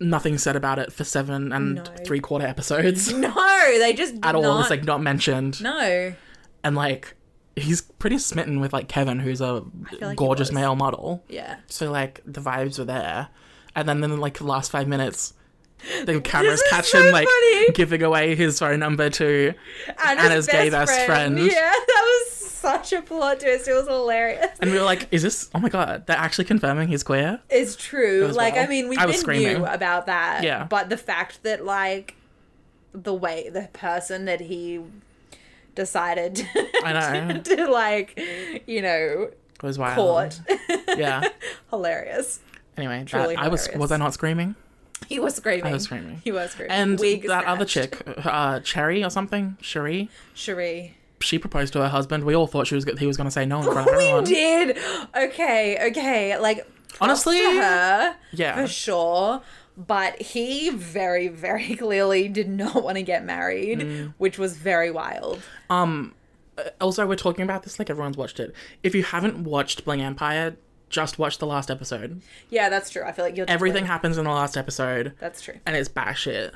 nothing said about it for seven and three quarter episodes.
No, they just
At all. It's
like
like not mentioned.
no.
And like he's pretty smitten with like Kevin, who's a
feel like he
gorgeous
was.
male model.
Yeah.
So like the vibes were there, and then then like the last five minutes, The cameras
is
catch
so
him like
funny.
giving away his phone number to
Anna's,
Anna's gay best friend.
Yeah, that was such a plot twist. It was hilarious.
and we were like, is this oh my god, they're actually confirming he's queer?
It's true.
was
Like, I
wild.
mean, we
I was
did knew
screaming.
about that.
Yeah.
But the fact that, like, the way the person that he decided
I know.
to, like, you know,
It was wild.
court,
Um. Yeah.
hilarious.
Anyway, that,
Truly
I was
hilarious.
was I not screaming?
He was screaming.
I was screaming.
He was screaming.
And
Wig
that other
snatched.
chick, uh, Cherry or something, Cherie,
Cherie.
she proposed to her husband. We all thought she was go- he was going to say no in front of
We
everyone.
did. Okay, okay. Like, props
Honestly,
to her
yeah.
for sure. But he very, very clearly did not want to get married,
Mm.
which was very wild.
Also, we're talking about this like everyone's watched it. If you haven't watched Bling Empire, just watch the last episode.
Yeah, that's true. I feel like you're
Everything happens in the last episode,
That's true.
and it's batshit.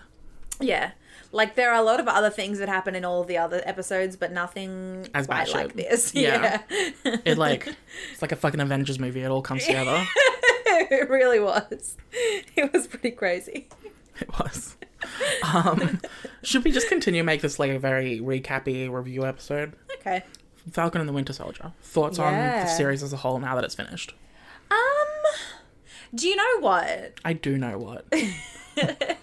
Yeah. Like there are a lot of other things that happen in all the other episodes, but nothing
As
quite
batshit.
like this. Yeah.
Yeah. It like it's like a fucking Avengers movie. It all comes together.
it really was. It was pretty crazy.
it was. Um, should we just continue make this like a very recappy review episode?
Okay.
Falcon and the Winter Soldier. Thoughts on
Yeah.
the series as a whole now that it's finished?
Um do you know what?
I do know what.
It I feel like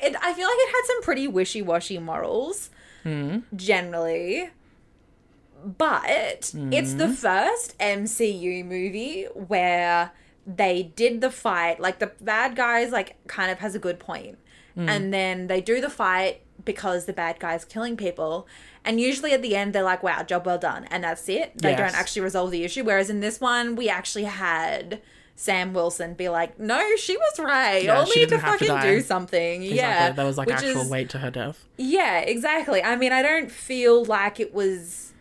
it had some pretty wishy-washy morals
Hmm.
generally. But it's
Hmm.
the first MCU movie where they did the fight. Like the bad guys like kind of has a good point.
Hmm.
And then they do the fight because the bad guy's killing people. And usually at the end they're like, Wow, job well done and that's it. They
Yes.
don't actually resolve the issue. Whereas in this one we actually had Sam Wilson be like, No, she was right.
Yeah,
Only
she
to
didn't have to
fucking
die."
do something. Yeah.
Exactly. There was like
which
actual
is-
weight to her death.
yeah, exactly. I mean, I don't feel like it was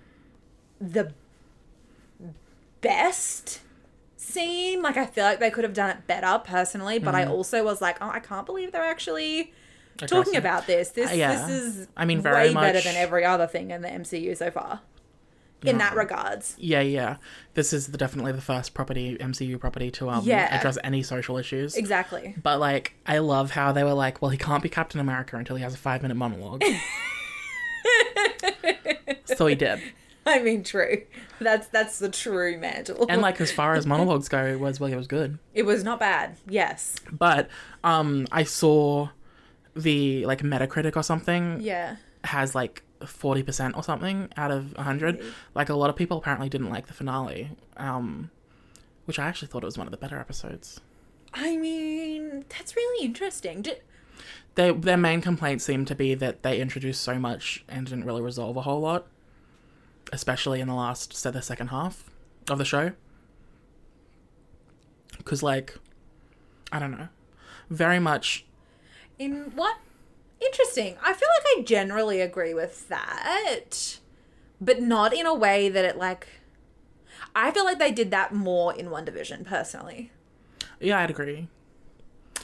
the best scene. Like, I feel like they could have done it better personally, but
Mm-hmm.
I also was like, oh, I can't believe they're actually talking
Addressing-
about this. This
Uh, yeah.
this is
I mean, very
way better
much-
than every other thing in the MCU so far. In that regards,
Yeah, yeah. This is the, definitely the first property MCU property to um
Yeah.
address any social issues.
exactly.
But like, I love how they were like, well, he can't be Captain America until he has a five minute monologue. so he did.
I mean, true. That's that's the true mantle.
And like, as far as monologues go, it was well, it was good.
it was not bad. Yes.
But um, I saw the like Metacritic or something
Yeah.
has like. 40% or something out of 100 like a lot of people apparently didn't like the finale um which i actually thought it was one of the better episodes
I mean, that's really interesting. Did,
they, their main complaint seemed to be that they introduced so much and didn't really resolve a whole lot, especially in the last, so the second half of the show. Because, like, I don't know. Very much,
In what? Interesting. I feel like I generally agree with that, but not in a way that it like. I feel like they did that more in One Division personally,
yeah, I'd agree.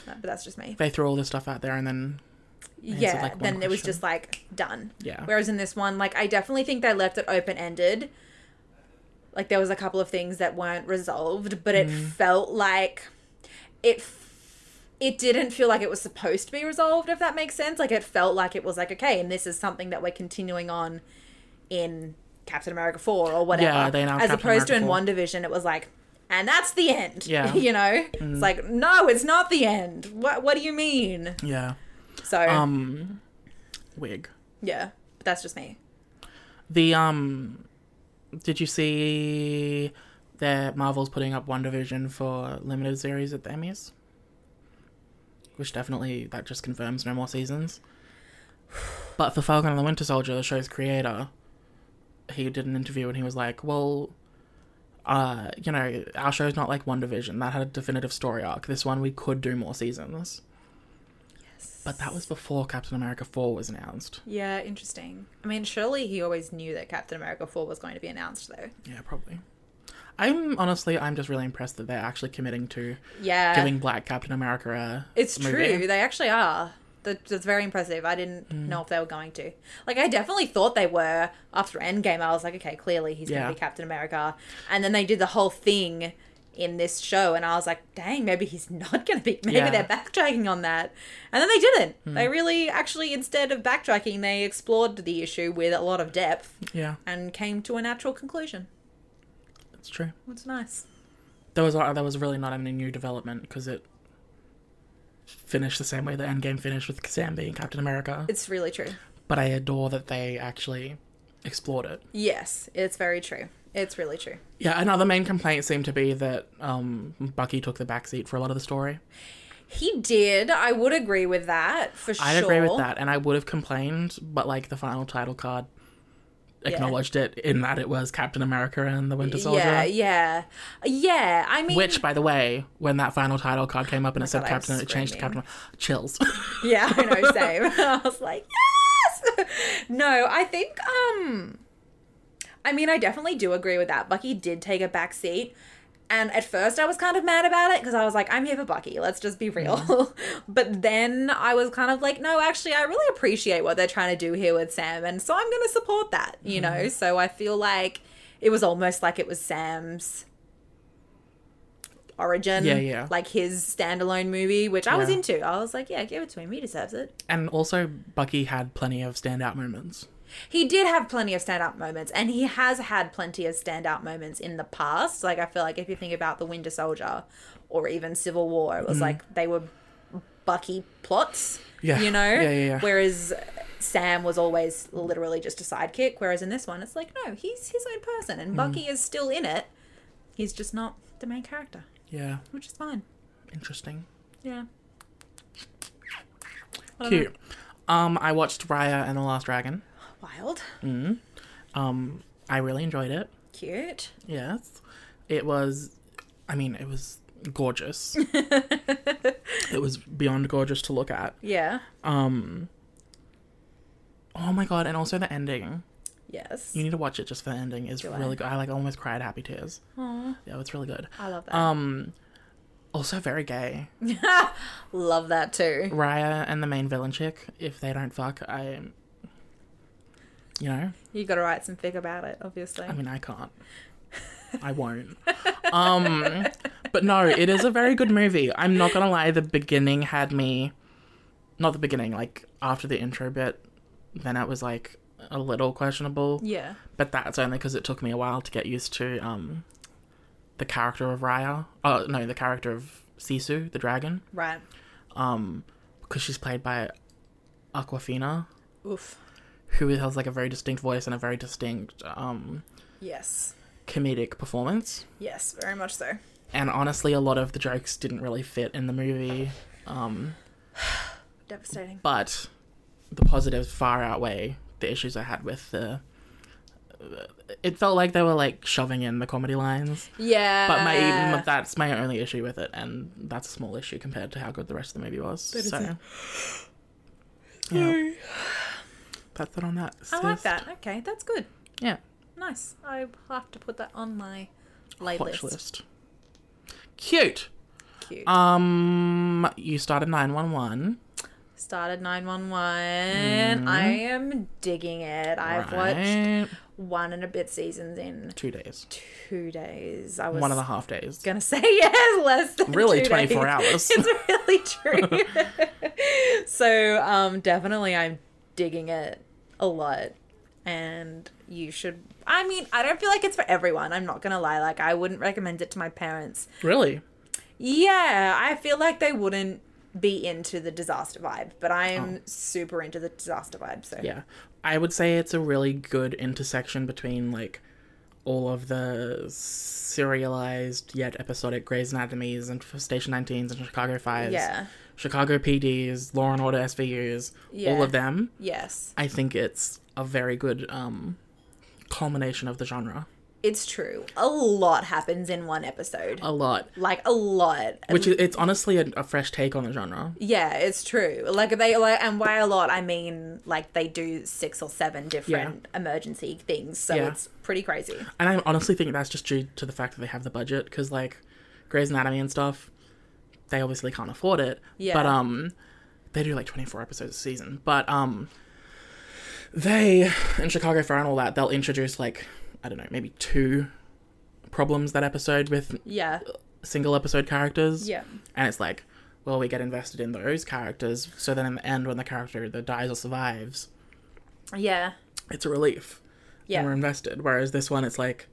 but that's just me.
They threw all this stuff out there and then,
yeah.
like, one
then it was
question.
just like done.
Yeah.
Whereas in this one, like I definitely think they left it open ended. Like there was a couple of things that weren't resolved, but it
Mm.
felt like it. F- it didn't feel like it was supposed to be resolved, if that makes sense. Like it felt like it was like okay, and this is something that we're continuing on in Captain America Four or whatever.
Yeah, they announced
as
Captain
opposed to
America
in
4.
One Division, it was like, and that's the end.
Yeah. Mm.
you know, it's like no, it's not the end. What What do you mean?
yeah,
So
um, wig.
yeah, but that's just me.
The, um, did you see that Marvel's putting up WandaVision for limited series at the Emmys? Which definitely, that just confirms no more seasons. But for Falcon and the Winter Soldier, the show's creator, he did an interview and he was like, well, uh, you know, our show's not like WandaVision. That had a definitive story arc. This one, we could do more seasons. Yes. But that was before Captain America 4 was announced.
Yeah, interesting. I mean, surely he always knew that Captain America 4 was going to be announced, though.
Yeah, probably. I'm honestly, I'm just really impressed that they're actually committing to
Yeah.
giving Black Captain America a.
it's
movie.
true. They actually are. That- That's very impressive. I didn't
Hmm.
know if they were going to. Like, I definitely thought they were. After Endgame, I was like, okay, clearly he's
Yeah.
going to be Captain America. And then they did the whole thing in this show and I was like, dang, maybe he's not gonna be maybe
Yeah. Hmm.
they're backtracking on that. And then they didn't. They really actually instead of backtracking, they explored the issue with a lot of depth
Yeah,
and came to a natural conclusion.
it's true.
It's nice.
There was there was really not any new development because it finished the same way the Endgame finished with Sam being Captain America.
It's really true.
But I adore that they actually explored it.
Yes, it's very true. It's really true.
Yeah, another main complaint seemed to be that um, Bucky took the backseat for a lot of the story.
He did. I would agree with that for sure.
I'd agree with that, and I would have complained, but like the final title card acknowledged it in that it was Captain America and the Winter Soldier.
Yeah, yeah, yeah. I mean,
Which, by the way, when that final title card came up and it said
Oh God, I was
Captain, it changed to
screaming.
Captain. Chills.
yeah, I know. Same. I was like, yes. no, I think. Um, I mean, I definitely do agree with that. Bucky did take a back seat. And at first, I was kind of mad about it because I was like, I'm here for Bucky, let's just be real.
Mm-hmm.
but then I was kind of like, no, actually, I really appreciate what they're trying to do here with Sam. And so I'm going to support that, you know?
Mm-hmm.
So I feel like it was almost like it was Sam's origin.
Yeah, yeah.
Like his standalone movie, which I was
Yeah.
into. I was like, yeah, give it to him. He deserves it.
and also, Bucky had plenty of standout moments.
He did have plenty of stand up moments, and he has had plenty of stand out moments in the past. Like, I feel like if you think about The Winter Soldier or even Civil War, it was like they were Bucky plots,
Mm. Yeah.
you know?
Yeah, yeah, yeah.
Whereas Sam was always literally just a sidekick, whereas in this one, it's like, no, he's his own person,
Mm.
and Bucky is still in it. He's just not the main character,
Yeah,
which is fine.
interesting,
Yeah.
cute. Um, I watched Raya and the Last Dragon.
Wild.
Mm. I really enjoyed it.
Cute.
Yes. It was, I mean, it was gorgeous. it was beyond gorgeous to look at.
Yeah.
Oh my god, and also the ending.
Yes.
You need to watch it just for the ending. It's
I?
really good. I like almost cried happy tears. Yeah, it's really good.
I love that.
Um, Also very gay.
love that too.
Raya and the main villain chick, if they don't fuck, I you know,
You got to write some fic about it, obviously.
I mean I can't. I won't. Um but no, it is a very good movie. I'm not gonna lie, the beginning had me not the beginning, like after the intro bit, then it was like a little questionable.
yeah.
But that's only because it took me a while to get used to um, the character of Raya. Oh, no, the character of Sisu, the dragon,
Right.
because she's played by Aquafina,
Oof.
who has like a very distinct voice and a very distinct um,
Yes.
comedic performance.
Yes, very much so.
And honestly, a lot of the jokes didn't really fit in the movie,
Devastating.
but the positives far outweigh the issues I had with the. It felt like they were like shoving in the comedy lines.
Yeah.
But my
Uh.
m- that's my only issue with it, and that's a small issue compared to how good the rest of the movie was. so, yeah. that's it on that.
I like
sis.
that. Okay, that's good.
Yeah,
Nice. I have to put that on my lay
watch
list.
list. Cute.
Cute.
Um, you started nine one one.
Started
Mm-hmm.
911. I am digging it. I've watched one and a bit seasons in
two days,
two days. I was
one and a half days.
gonna say yes less than
Really,
two
24
days.
hours.
it's really true so um definitely i'm digging it a lot and you should i mean i don't feel like it's for everyone i'm not gonna lie like i wouldn't recommend it to my parents
Really?
yeah i feel like they wouldn't be into the disaster vibe but i am super into the disaster vibe so
Yeah, I would say it's a really good intersection between like all of the serialized yet episodic Grey's Anatomies and Station 19s and Chicago Fires,
Yeah.
Chicago PDs, Law and Order SVUs, all
Yeah.
of them.
yes
I think it's a very good um, culmination of the genre.
it's true a lot happens in one episode
A lot,
like a lot
which is, it's honestly a, a fresh take on the genre.
Yeah, it's true. Like they like, and by a lot I mean like they do six or seven different emergency things, so
Yeah.
it's pretty crazy.
And I honestly think that's just due to the fact that they have the budget because, like, Grey's Anatomy and stuff, they obviously can't afford it.
Yeah.
But um, they do like twenty four episodes a season. But um, they in Chicago Fire and all that, they'll introduce like I don't know, maybe two problems that episode with
Yeah.
Uh, single episode characters.
Yeah.
And it's like, well, we get invested in those characters, so then in the end, when the character either dies or survives,
Yeah.
it's a relief. And we're
Yeah.
invested. Whereas this one, it's like,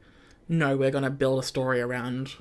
no, we're gonna build a story around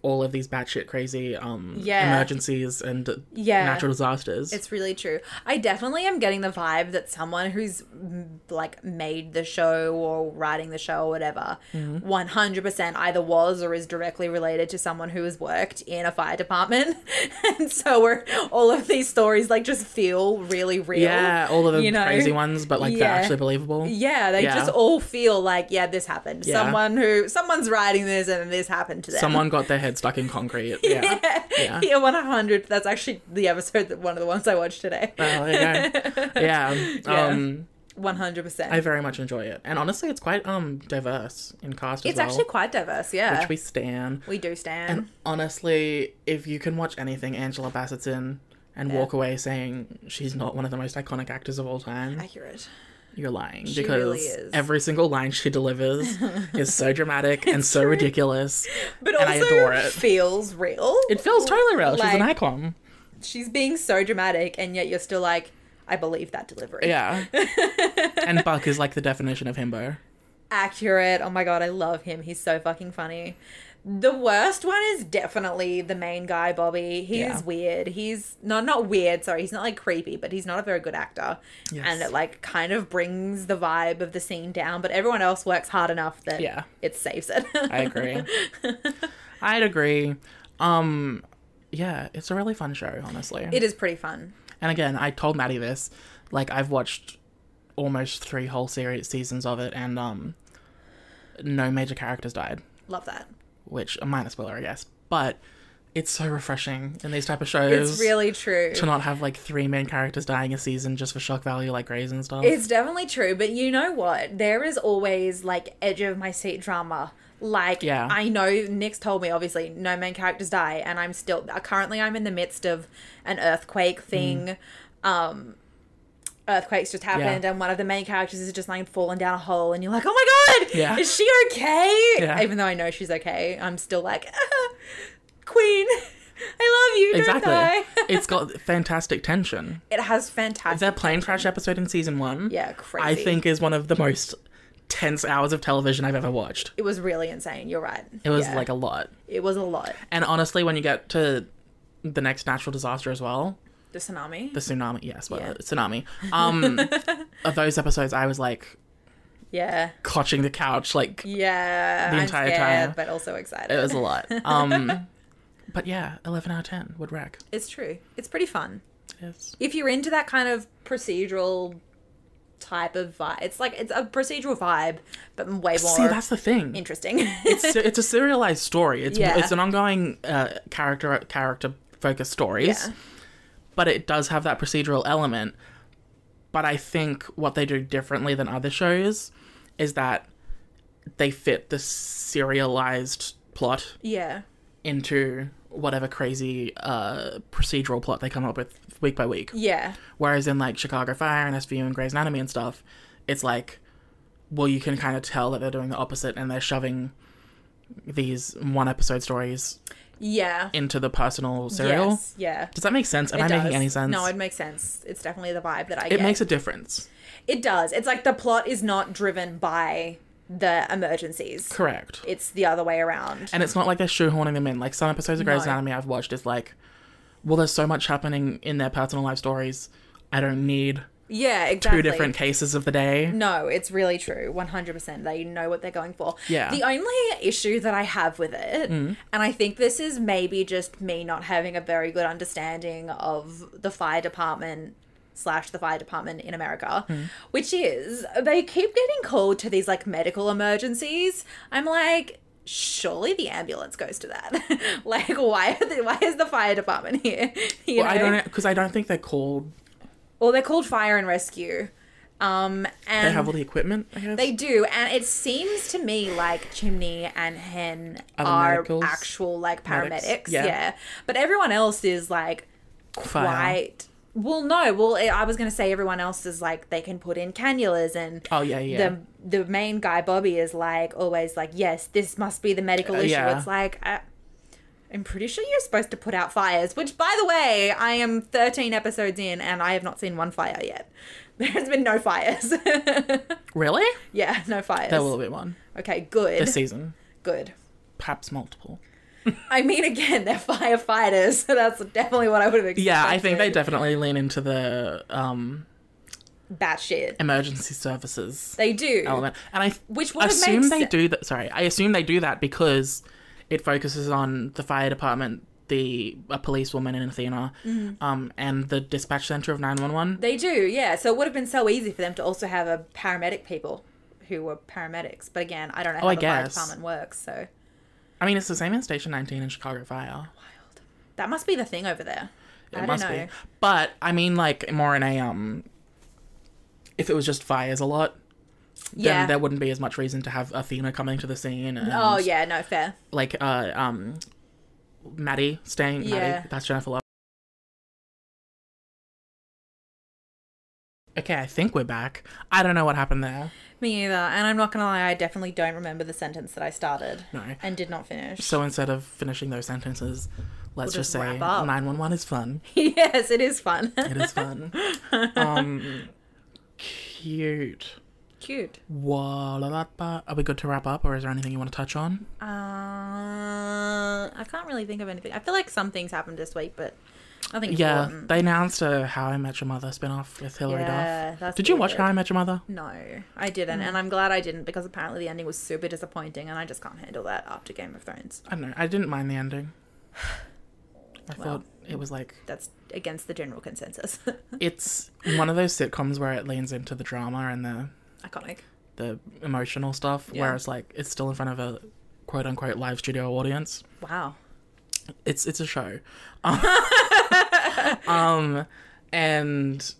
all of these batshit crazy um,
Yeah.
emergencies and
Yeah.
natural disasters.
It's really true. I definitely am getting the vibe that someone who's mm, like made the show or writing the show or whatever,
Mm-hmm.
100% either was or is directly related to someone who has worked in a fire department. and so we're all of these stories like just feel really real.
yeah, all of the
you know?
crazy ones, but like they're
Yeah.
actually believable.
Yeah, they
Yeah.
just all feel like yeah, this happened.
Yeah.
Someone who someone's writing this and this happened to them.
Someone got their head stuck in concrete. Yeah. Yeah.
yeah, one hundred. That's actually the episode that one of the ones I watched today.
Oh, there you go. yeah. Um,
One hundred
I
percent.
very much enjoy it, and honestly, it's quite um diverse in cast. As
It's
well,
actually quite diverse. Yeah,
which we stand.
we do stand.
Honestly, if you can watch anything Angela Bassett's in and walk away saying she's not one of the most iconic actors of all time,
Accurate.
you're lying because
really is.
every single line she delivers is so dramatic and so ridiculous.
But
And I
also
adore it.
feels real.
It feels totally real. she's an
Like-
icon.
She's being so dramatic, and yet you're still like, I believe that delivery.
Yeah. and Buck is like the definition of himbo.
accurate. Oh my god, I love him. He's so fucking funny. The worst one is definitely the main guy, Bobby. He's
Yeah.
weird. He's not not weird, sorry, he's not like creepy, but he's not a very good actor.
Yes.
And it like kind of brings the vibe of the scene down, but everyone else works hard enough that
Yeah.
it saves it.
I agree. I'd agree. Um, yeah, it's a really fun show, honestly.
it is pretty fun.
And again, I told Maddie this. Like I've watched almost three whole series seasons of it, and um, no major characters died,
Love that.
which a minor spoiler, I guess. But it's so refreshing in these type of shows.
It's really true.
to not have like three main characters dying a season just for shock value, like Grey's and stuff.
It's definitely true, but you know what? There is always like edge of my seat drama. Like
Yeah.
I know Nick's told me obviously no main characters die, and I'm still uh, currently I'm in the midst of an earthquake
Mm.
thing. Um, earthquakes just happened,
Yeah.
and one of the main characters is just like fallen down a hole, and you're like, oh my god,
Yeah.
is she okay?
Yeah.
Even though I know she's okay, I'm still like, "Ah, Queen, I love you. Don't die.
it's got fantastic tension.
it has fantastic.
Their plane crash episode in season one,
yeah, crazy.
I think, is one of the most tense hours of television I've ever watched.
it was really insane. You're right.
It was
Yeah.
like a lot.
It was a lot.
And honestly, when you get to the next natural disaster as well,
The tsunami.
the tsunami, yes, well,
Yeah.
tsunami. Um, of those episodes, I was like
yeah.
clutching the couch, like
Yeah.
The
I'm
entire
scared,
time.
But also excited.
it was a lot. Um, but yeah, eleven out of ten would wreck.
it's true. It's pretty fun.
Yes.
If you're into that kind of procedural type of vibe, it's like it's a procedural vibe, but way more
See, that's the thing.
interesting.
It's se- it's a serialized story. It's
Yeah.
it's an ongoing uh, character character focused stories,
Yeah.
but it does have that procedural element. But I think what they do differently than other shows is that they fit the serialized plot
yeah.
into whatever crazy uh, procedural plot they come up with week by week.
Yeah.
Whereas in like Chicago Fire and SVU and Grey's Anatomy and stuff, it's like, well, you can kind of tell that they're doing the opposite and they're shoving these one episode stories
Yeah.
into the personal serial.
Yes. Yeah.
Does that make sense? Am I
does.
making any sense?
No, it makes sense. It's definitely the vibe that I
it
get.
makes a difference.
it does. It's like the plot is not driven by the emergencies.
Correct.
It's the other way around.
and it's not like they're shoehorning them in. Like some episodes of Grey's
No.
Anatomy I've watched is like, well, there's so much happening in their personal life stories. I don't need
yeah,
two
exactly.
different cases of the day.
No, it's really true. 100%. They know what they're going for.
Yeah. Mm.
The only issue that I have with it, and I think this is maybe just me not having a very good understanding of the fire department slash the fire department in America,
Hmm.
which is they keep getting called to these like medical emergencies. I'm like, surely the ambulance goes to that. like, why are the, why is the fire department here? You
Well, I don't because I don't think they're called.
Well, they're called fire and rescue. Um, and
They have all the equipment. I guess.
they do, and it seems to me like Chimney and Hen
Other
are
medicals?
actual like paramedics.
Medics, yeah.
yeah. but everyone else is like
Fire.
quite Well, no. Well, eh, I I was going to say everyone else is like they can put in cannulas and
Oh, yeah, yeah.
The the main guy Bobby is like always like yes, this must be the medical
Uh,
issue.
yeah.
It's like I, I'm pretty sure you're supposed to put out fires. Which, by the way, I am 13 episodes in and I have not seen one fire yet. There has been no fires.
Really?
yeah, no fires.
There will be one
Okay, good.
this season,
Good.
perhaps multiple.
I mean, again, they're firefighters, so that's definitely what I would have expected.
Yeah, I think they definitely lean into the um,
batshit.
emergency services
They do.
element, and I
Which would have made
assume they
se-
do that. Sorry, I assume they do that because it focuses on the fire department, the a policewoman in Athena,
Mm.
um, and the dispatch center of nine one one.
They do, yeah. So it would have been so easy for them to also have a paramedic people who were paramedics. But again, I don't know how
Oh, I
the fire
guess.
department works, so
I mean, it's the same as Station nineteen in Chicago Fire.
that must be the thing over there.
It
I don't
must
know.
be, but I mean, like more in a um, if it was just fires a lot. Then
Yeah.
there wouldn't be as much reason to have Athena coming to the scene. And
Oh yeah, no fair.
like uh um Maddie staying
Yeah.
Maddie, that's Jennifer Love. Okay, I think we're back. I don't know what happened there.
Me either. And I'm not gonna lie, I definitely don't remember the sentence that I started
No.
and did not finish.
So instead of finishing those sentences, let's
We'll
just
just
say
wrap up.
911 is fun.
yes, it is fun.
It is fun. um cute.
Cute.
Wah, la, la, ba. Are we good to wrap up or is there anything you want to touch on?
Uh, I can't really think of anything. I feel like some things happened this week, but I think
Yeah,
important.
they announced a How I Met Your Mother spin-off with Hilary
Yeah,
Duff.
that's
Did you
really
watch
good.
How I Met Your Mother?
No, I didn't,
Mm.
and I'm glad I didn't because apparently the ending was super disappointing, and I just can't handle that after Game of Thrones.
I don't know. I didn't mind the ending. I thought it was like
That's against the general consensus.
it's one of those sitcoms where it leans into the drama and the
Iconic.
the emotional stuff,
Yeah.
whereas like it's still in front of a quote unquote live studio audience.
Wow.
It's it's a show, um, and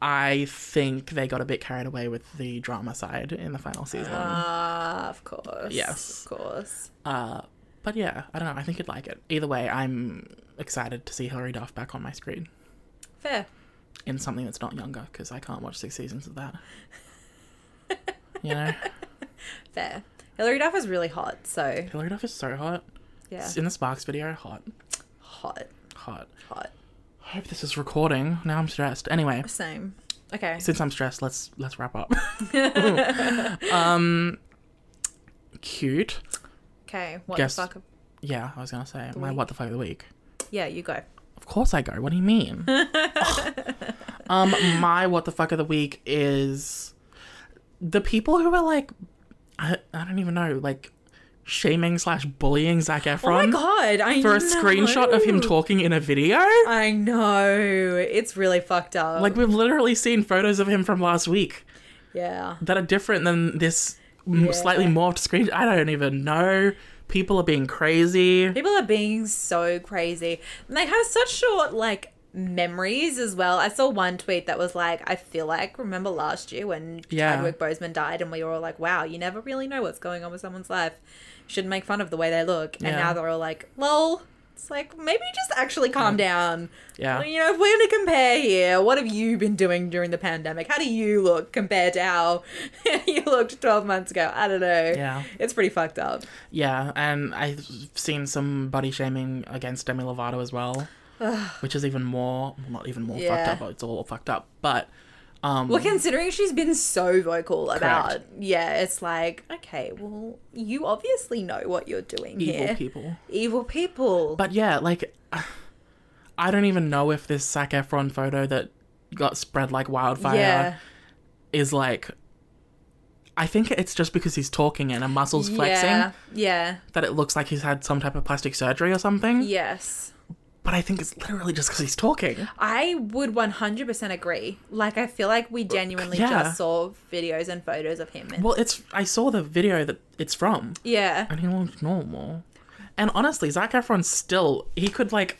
I think they got a bit carried away with the drama side in the final season.
Ah, of course.
Yes.
Of course.
but yeah, I don't know. I think you'd like it. Either way, I'm excited to see Hilary Duff back on my screen.
Fair.
in something that's not younger because I can't watch six seasons of that. you know,
Fair. Hilary Duff is really hot, so
Hilary Duff is so hot.
yeah,
It's in the Sparks video, hot,
hot,
hot.
hot.
I hope this is recording. Now I'm stressed. Anyway,
Same. Okay.
since I'm stressed, let's let's wrap up. um, cute.
Okay. What
Guess-
the fuck?
Yeah, I was gonna say my what the fuck of the week.
Yeah, you go.
Of course I go. What do you mean? um, my what the fuck of the week is the people who are like, I, I don't even know, like shaming slash bullying Zac Efron
Oh my god! I
for a
know.
screenshot of him talking in a video.
I know it's really fucked up.
like we've literally seen photos of him from last week
yeah.
that are different than this m slightly morphed screen. I don't even know. People are being crazy.
People are being so crazy. And they have such short, like, memories as well. I saw one tweet that was like, I feel like, remember last year when
Yeah.
Chadwick Boseman died and we were all like, wow, you never really know what's going on with someone's life. Shouldn't make fun of the way they look. And
Yeah.
now they're all like, lol. It's like, maybe just actually calm down.
Mm. Yeah.
You know, if we're going to compare here, what have you been doing during the pandemic? How do you look compared to how you looked 12 months ago? I don't know.
Yeah.
It's pretty fucked up.
Yeah, and I've seen some body shaming against Demi Lovato as well, which is even more, well, not even more
Yeah.
fucked up. It's all fucked up, but
Well, considering she's been so vocal about,
Mm. Correct.
yeah, it's like, okay, well, you obviously know what you're doing
evil
here.
people.
Evil people.
But yeah, like I don't even know if this Zac Efron photo that got spread like wildfire
yeah.
is like. I think it's just because he's talking and a muscle's flexing
Yeah. Yeah.
that it looks like he's had some type of plastic surgery or something.
Yes.
But I think it's literally just because he's talking.
I would 100% agree. Like, I feel like we genuinely
yeah.
just saw videos and photos of him. And,
Well, it's I saw the video that it's from.
yeah.
and he looks normal. And honestly, Zac Efron still he could like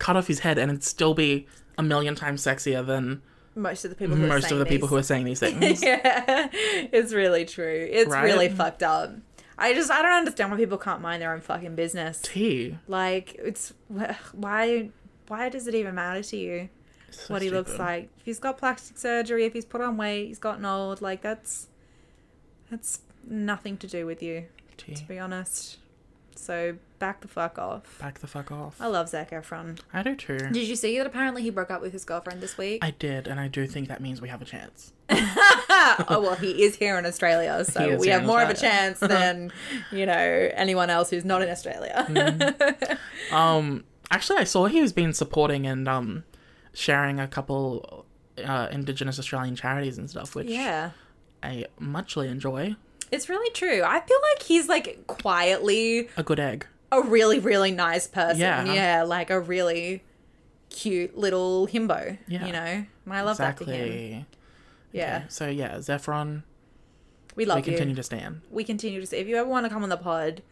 cut off his head and it'd still be a million times sexier than
Most of the people who
most of the people who are saying these things.
Yeah. It's really true. It's
Right?
really fucked up. I just, I don't understand why people can't mind their own fucking business.
He
Like it's wh- why why does it even matter to you?
So
what he looks
stupid.
like. If he's got plastic surgery, if he's put on weight, he's gotten old, like that's that's nothing to do with you,
Gee,
to be honest. So back the fuck off.
Back the fuck off.
I love Zac Efron.
I do too.
Did Oh. you see that apparently he broke up with his girlfriend this week?
I did, and I do think that means we have a chance.
oh well he is here in Australia,
He
so
is
we
here
have
in
more of a
Australia.
chance than, you know, anyone else who's not in Australia.
Um, actually, I saw he was been supporting and um, sharing a couple uh, Indigenous Australian charities and stuff, which
yeah.
I muchly enjoy.
It's really true. I feel like he's like quietly
A good egg.
a really really nice person yeah,
Yeah.
like a really cute little himbo
Yeah.
you know and i love that to him
Exactly.
yeah
Okay, So yeah, Zephron,
we love
we continue
you
to stand.
we continue to say if you ever want to come on the pod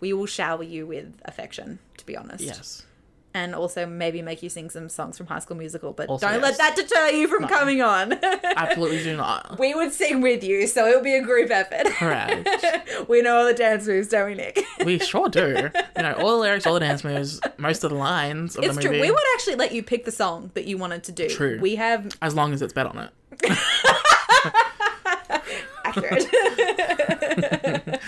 we will shower you with affection to be honest
Yes.
and also maybe make you sing some songs from high school musical but
Also
don't
yes.
let that deter you from coming on
Absolutely do not.
we would sing with you so it'll be a group effort
Correct.
we know all the dance moves don't we nick
We sure do. You know, all the lyrics, all the dance moves, most of the lines of
it's
the
true
movie.
we would actually let you pick the song that you wanted to do
True.
we have
As long as it's bet on it.
accurate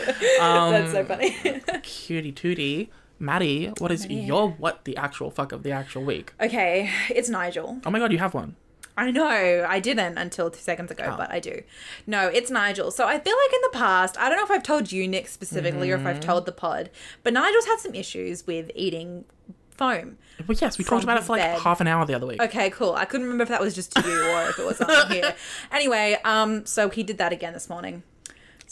that's so funny
Cutie tootie. Maddie, what is your what the actual fuck of the actual week?
Okay, it's Nigel.
Oh my god, you have one.
I know, I didn't until two seconds ago, but I do. No, it's Nigel. So I feel like in the past, I don't know if I've told you, Nick, specifically, or if I've told the pod, but Nigel's had some issues with eating foam.
But yes, we talked
From
about it for like
bed.
half an hour the other week.
Okay, cool. I couldn't remember if that was just to you or if it was on here. Anyway, um, so he did that again this morning.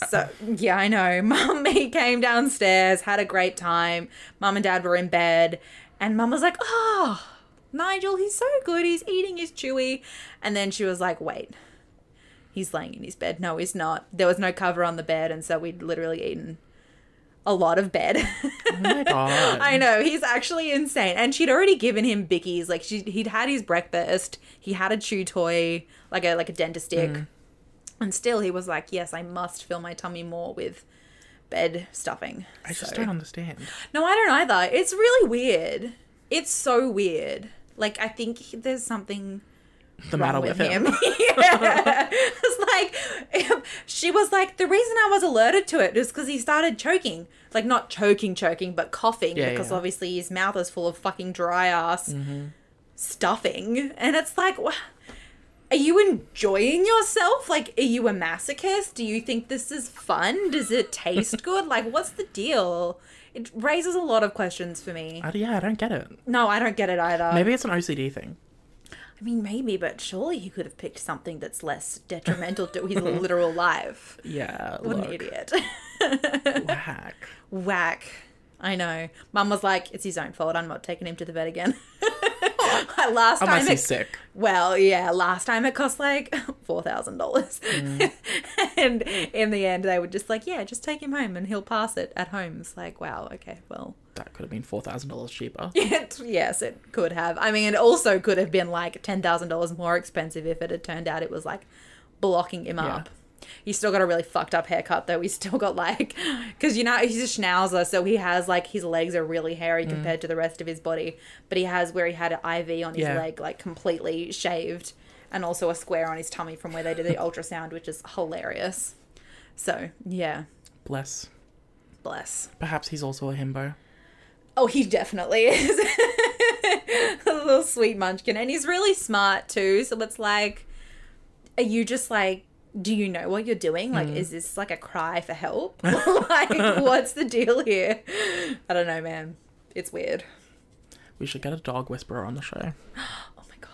So yeah, I know. Mum, he came downstairs, had a great time. Mum and dad were in bed, and mum was like, "Oh, Nigel, he's so good. He's eating his chewy." And then she was like, "Wait." He's laying in his bed. No, he's not. There was no cover on the bed, and so we'd literally eaten a lot of bed.
Oh my god.
I know he's actually insane, and she'd already given him bickies. Like she, he'd had his breakfast. He had a chew toy, like a like a dentist stick,
Mm.
and still he was like, "Yes, I must fill my tummy more with bed stuffing."
I just
So-
don't understand.
No, I don't either. It's really weird. It's so weird. Like I think he- there's something
The matter with, him.
yeah. It's like she was like the reason I was alerted to it is because he started choking, like not choking, choking, but coughing
Yeah,
because
yeah. Mm-hmm.
obviously his mouth is full of fucking dry ass stuffing, and it's like. wha- Are you enjoying yourself? Like, are you a masochist? Do you think this is fun? Does it taste good? Like, what's the deal? It raises a lot of questions for me.
I, yeah, I don't get it.
No, I don't get it either.
Maybe it's an OCD thing.
I mean, maybe, but surely he could have picked something that's less detrimental to his literal life.
Yeah.
What
look.
an idiot.
Whack.
Whack. I know. Mum was like, it's his own fault. I'm not taking him to the vet again. last time.
Unless
it-
he's sick.
Well, yeah, last time it cost like $4,000.
Mm.
and in the end, they were just like, yeah, just take him home and he'll pass it at home. It's like, wow, okay, well.
That could have been four thousand dollars cheaper.
It, yes, it could have. I mean, it also could have been like ten thousand dollars more expensive if it had turned out it was like blocking him up. He's still got a really fucked up haircut though. He's still got like, because you know he's a schnauzer, so he has like his legs are really hairy compared to the rest of his body. But he has where he had an IV on his
Yeah.
leg, like completely shaved, and also a square on his tummy from where they did the ultrasound, which is hilarious. So yeah,
Bless.
bless.
Perhaps he's also a himbo.
Oh, he definitely is. a little sweet munchkin. And he's really smart too. So it's like, are you just like, do you know what you're doing? Like,
Hmm.
is this like a cry for help? like, what's the deal here? I don't know, man. It's weird.
We should get a dog whisperer on the show.
Oh my God.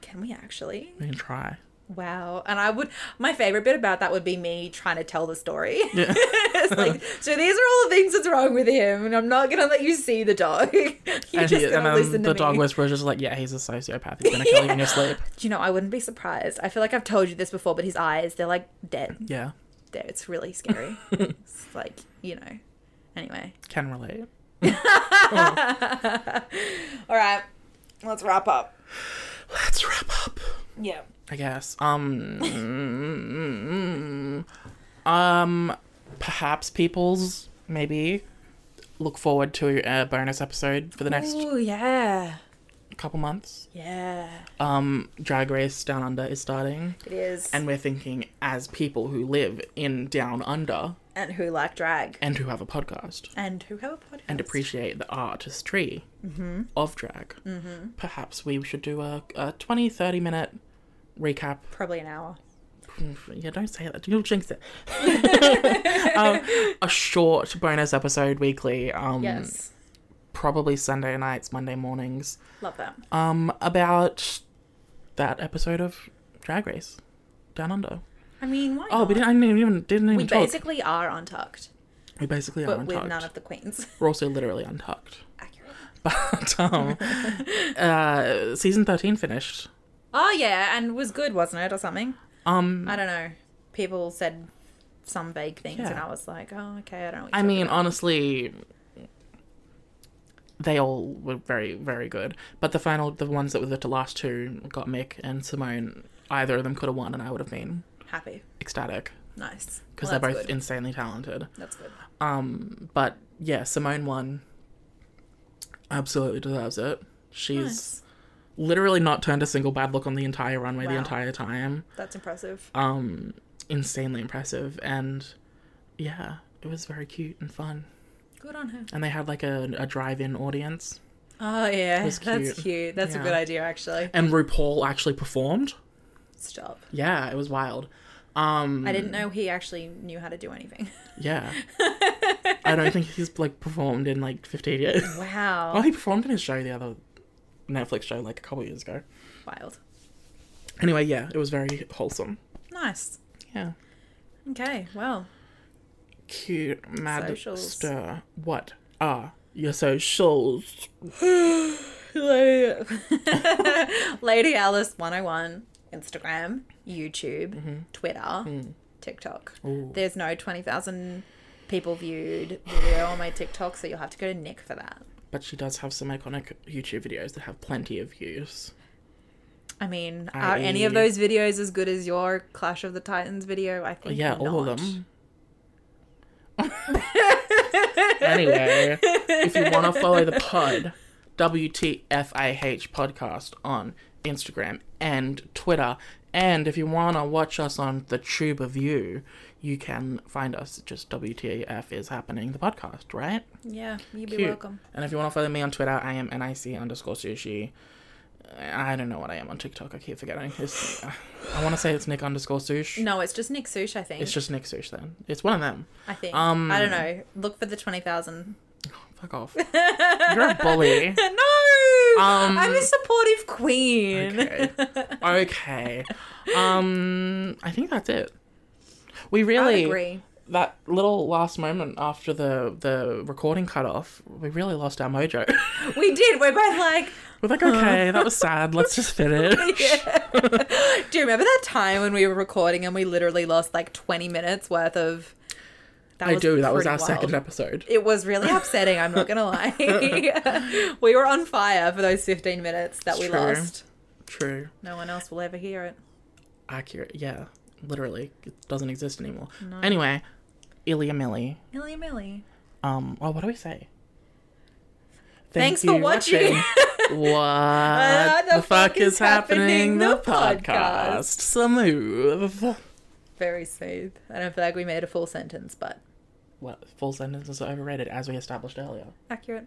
Can we actually?
We can try.
Wow. And I would, my favorite bit about that would be me trying to tell the story.
Yeah.
It's like, so these are all the things that's wrong with him. And I'm not going to let you see the dog. You're
and
just
he- and
going to
then
listen to
the
me.
dog whisperer's just like, yeah, he's a sociopath. He's gonna kill you in your sleep.
Do you know, I wouldn't be surprised. I feel like I've told you this before, but his eyes, they're like dead.
Yeah.
They're, it's really scary. it's like, you know. Anyway.
Can relate.
All right. Let's wrap up.
Let's wrap up.
Yeah.
I guess. Um. um. Perhaps people's maybe look forward to a bonus episode for the next
Oh, yeah.
couple months.
Yeah,
Um, Drag Race Down Under is starting.
it is.
And
And,
we're thinking, as people who live in Down Under
who like drag?
and who have a podcast
And who have a podcast?
and appreciate the artistry
Mm-hmm.
of drag, perhaps we should do a, a 20, 30 minute recap. Mm,
Probably an hour.
Yeah, don't say that. You'll jinx it. um, a short bonus episode weekly. Um,
Yes.
Probably Sunday nights, Monday mornings.
Love that.
Um, about that episode of Drag Race Down Under.
I mean, why
Oh, we
not?
didn't, I didn't even didn't even
we
talk.
basically are untucked,
we basically
but
are
with
untucked.
none of the queens.
We're also literally untucked.
Accurate.
But um, uh, season thirteen finished.
Oh yeah, and was good, wasn't it, or something? Um, I don't know. People said some vague things, and
Yeah.
I was like, oh, okay, I don't. know what
I
you're
mean,
talking
honestly, they all were very very good. But the final, the ones that were the last two, got Mick and Simone. Either of them could have won, and I would have been
about. happy,
ecstatic
nice,
because
Well,
they're
that's
both
good.
insanely talented.
That's good.
But yeah, Simone won. Absolutely deserves it. She's
Nice.
literally not turned a single bad look on the entire runway the
Wow.
entire time.
That's impressive.
Um, Insanely impressive. And yeah, it was very cute and fun.
good on her.
And they had like a, a drive in audience.
Oh yeah,
was
that's
cute.
cute. That's
Yeah.
a good idea, actually.
And RuPaul actually performed.
Stop.
Yeah, it was wild. Um,
I didn't know he actually knew how to do anything.
yeah. I don't think he's like performed in like 15 years.
Wow,
Oh, he performed in his show the other Netflix show like a couple years ago.
wild.
Anyway, yeah, it was very wholesome.
Nice.
Yeah.
Okay, well,
cute mad
Socials.
stir. What are your socials?
Lady Alice 101, Instagram, YouTube,
Mm-hmm.
Twitter,
Hmm.
TikTok. There's no 20,000 people viewed video on my TikTok, so you'll have to go to Nick for that.
But she does have some iconic YouTube videos that have plenty of views.
I mean, are any of
I-
those videos as good as your Clash of the Titans video? I think
Yeah, all of
not.
them. anyway, if you want to follow the pod, WTFIH podcast on Instagram and Twitter. And if you want to watch us on the Tube of You, you can find us just WTF is happening, the podcast, right?
Yeah, you'd be
Cute.
welcome.
And if you want to follow me on Twitter, I am NIC underscore sushi. I don't know what I am on TikTok. I keep forgetting. It's, I want to say it's Nick underscore sush.
No, it's just Nick Sush, I think.
It's just um, Nick sush then. It's one of them.
I think. I don't know. Look for the 20,000.
Fuck off. You're a bully.
No!
Um,
I'm a supportive queen.
Okay. Okay. Um, I think that's it. We
I
really
agree.
that little last moment after the the recording cut off. We really lost our mojo.
We did. We're both like,
We're like, okay, that was sad. Let's just finish.
Do you remember that time when we were recording and we literally lost like 20 minutes worth of. That
I do. That was
pretty
our
wild.
second episode.
It was really upsetting, I'm not gonna lie. we were on fire for those 15 minutes that we
True.
lost.
True.
No one else will ever hear it.
accurate. Yeah, literally, it doesn't exist anymore. Anyway, Ilya Millie.
Millie Millie.
Um. Oh, what do we say?
Thanks for watching.
watching. what the, fuck, is happening? The podcast. Smooth.
Very smooth. I don't feel like we made a full sentence, but
What full sentences are overrated, as we established earlier.
accurate.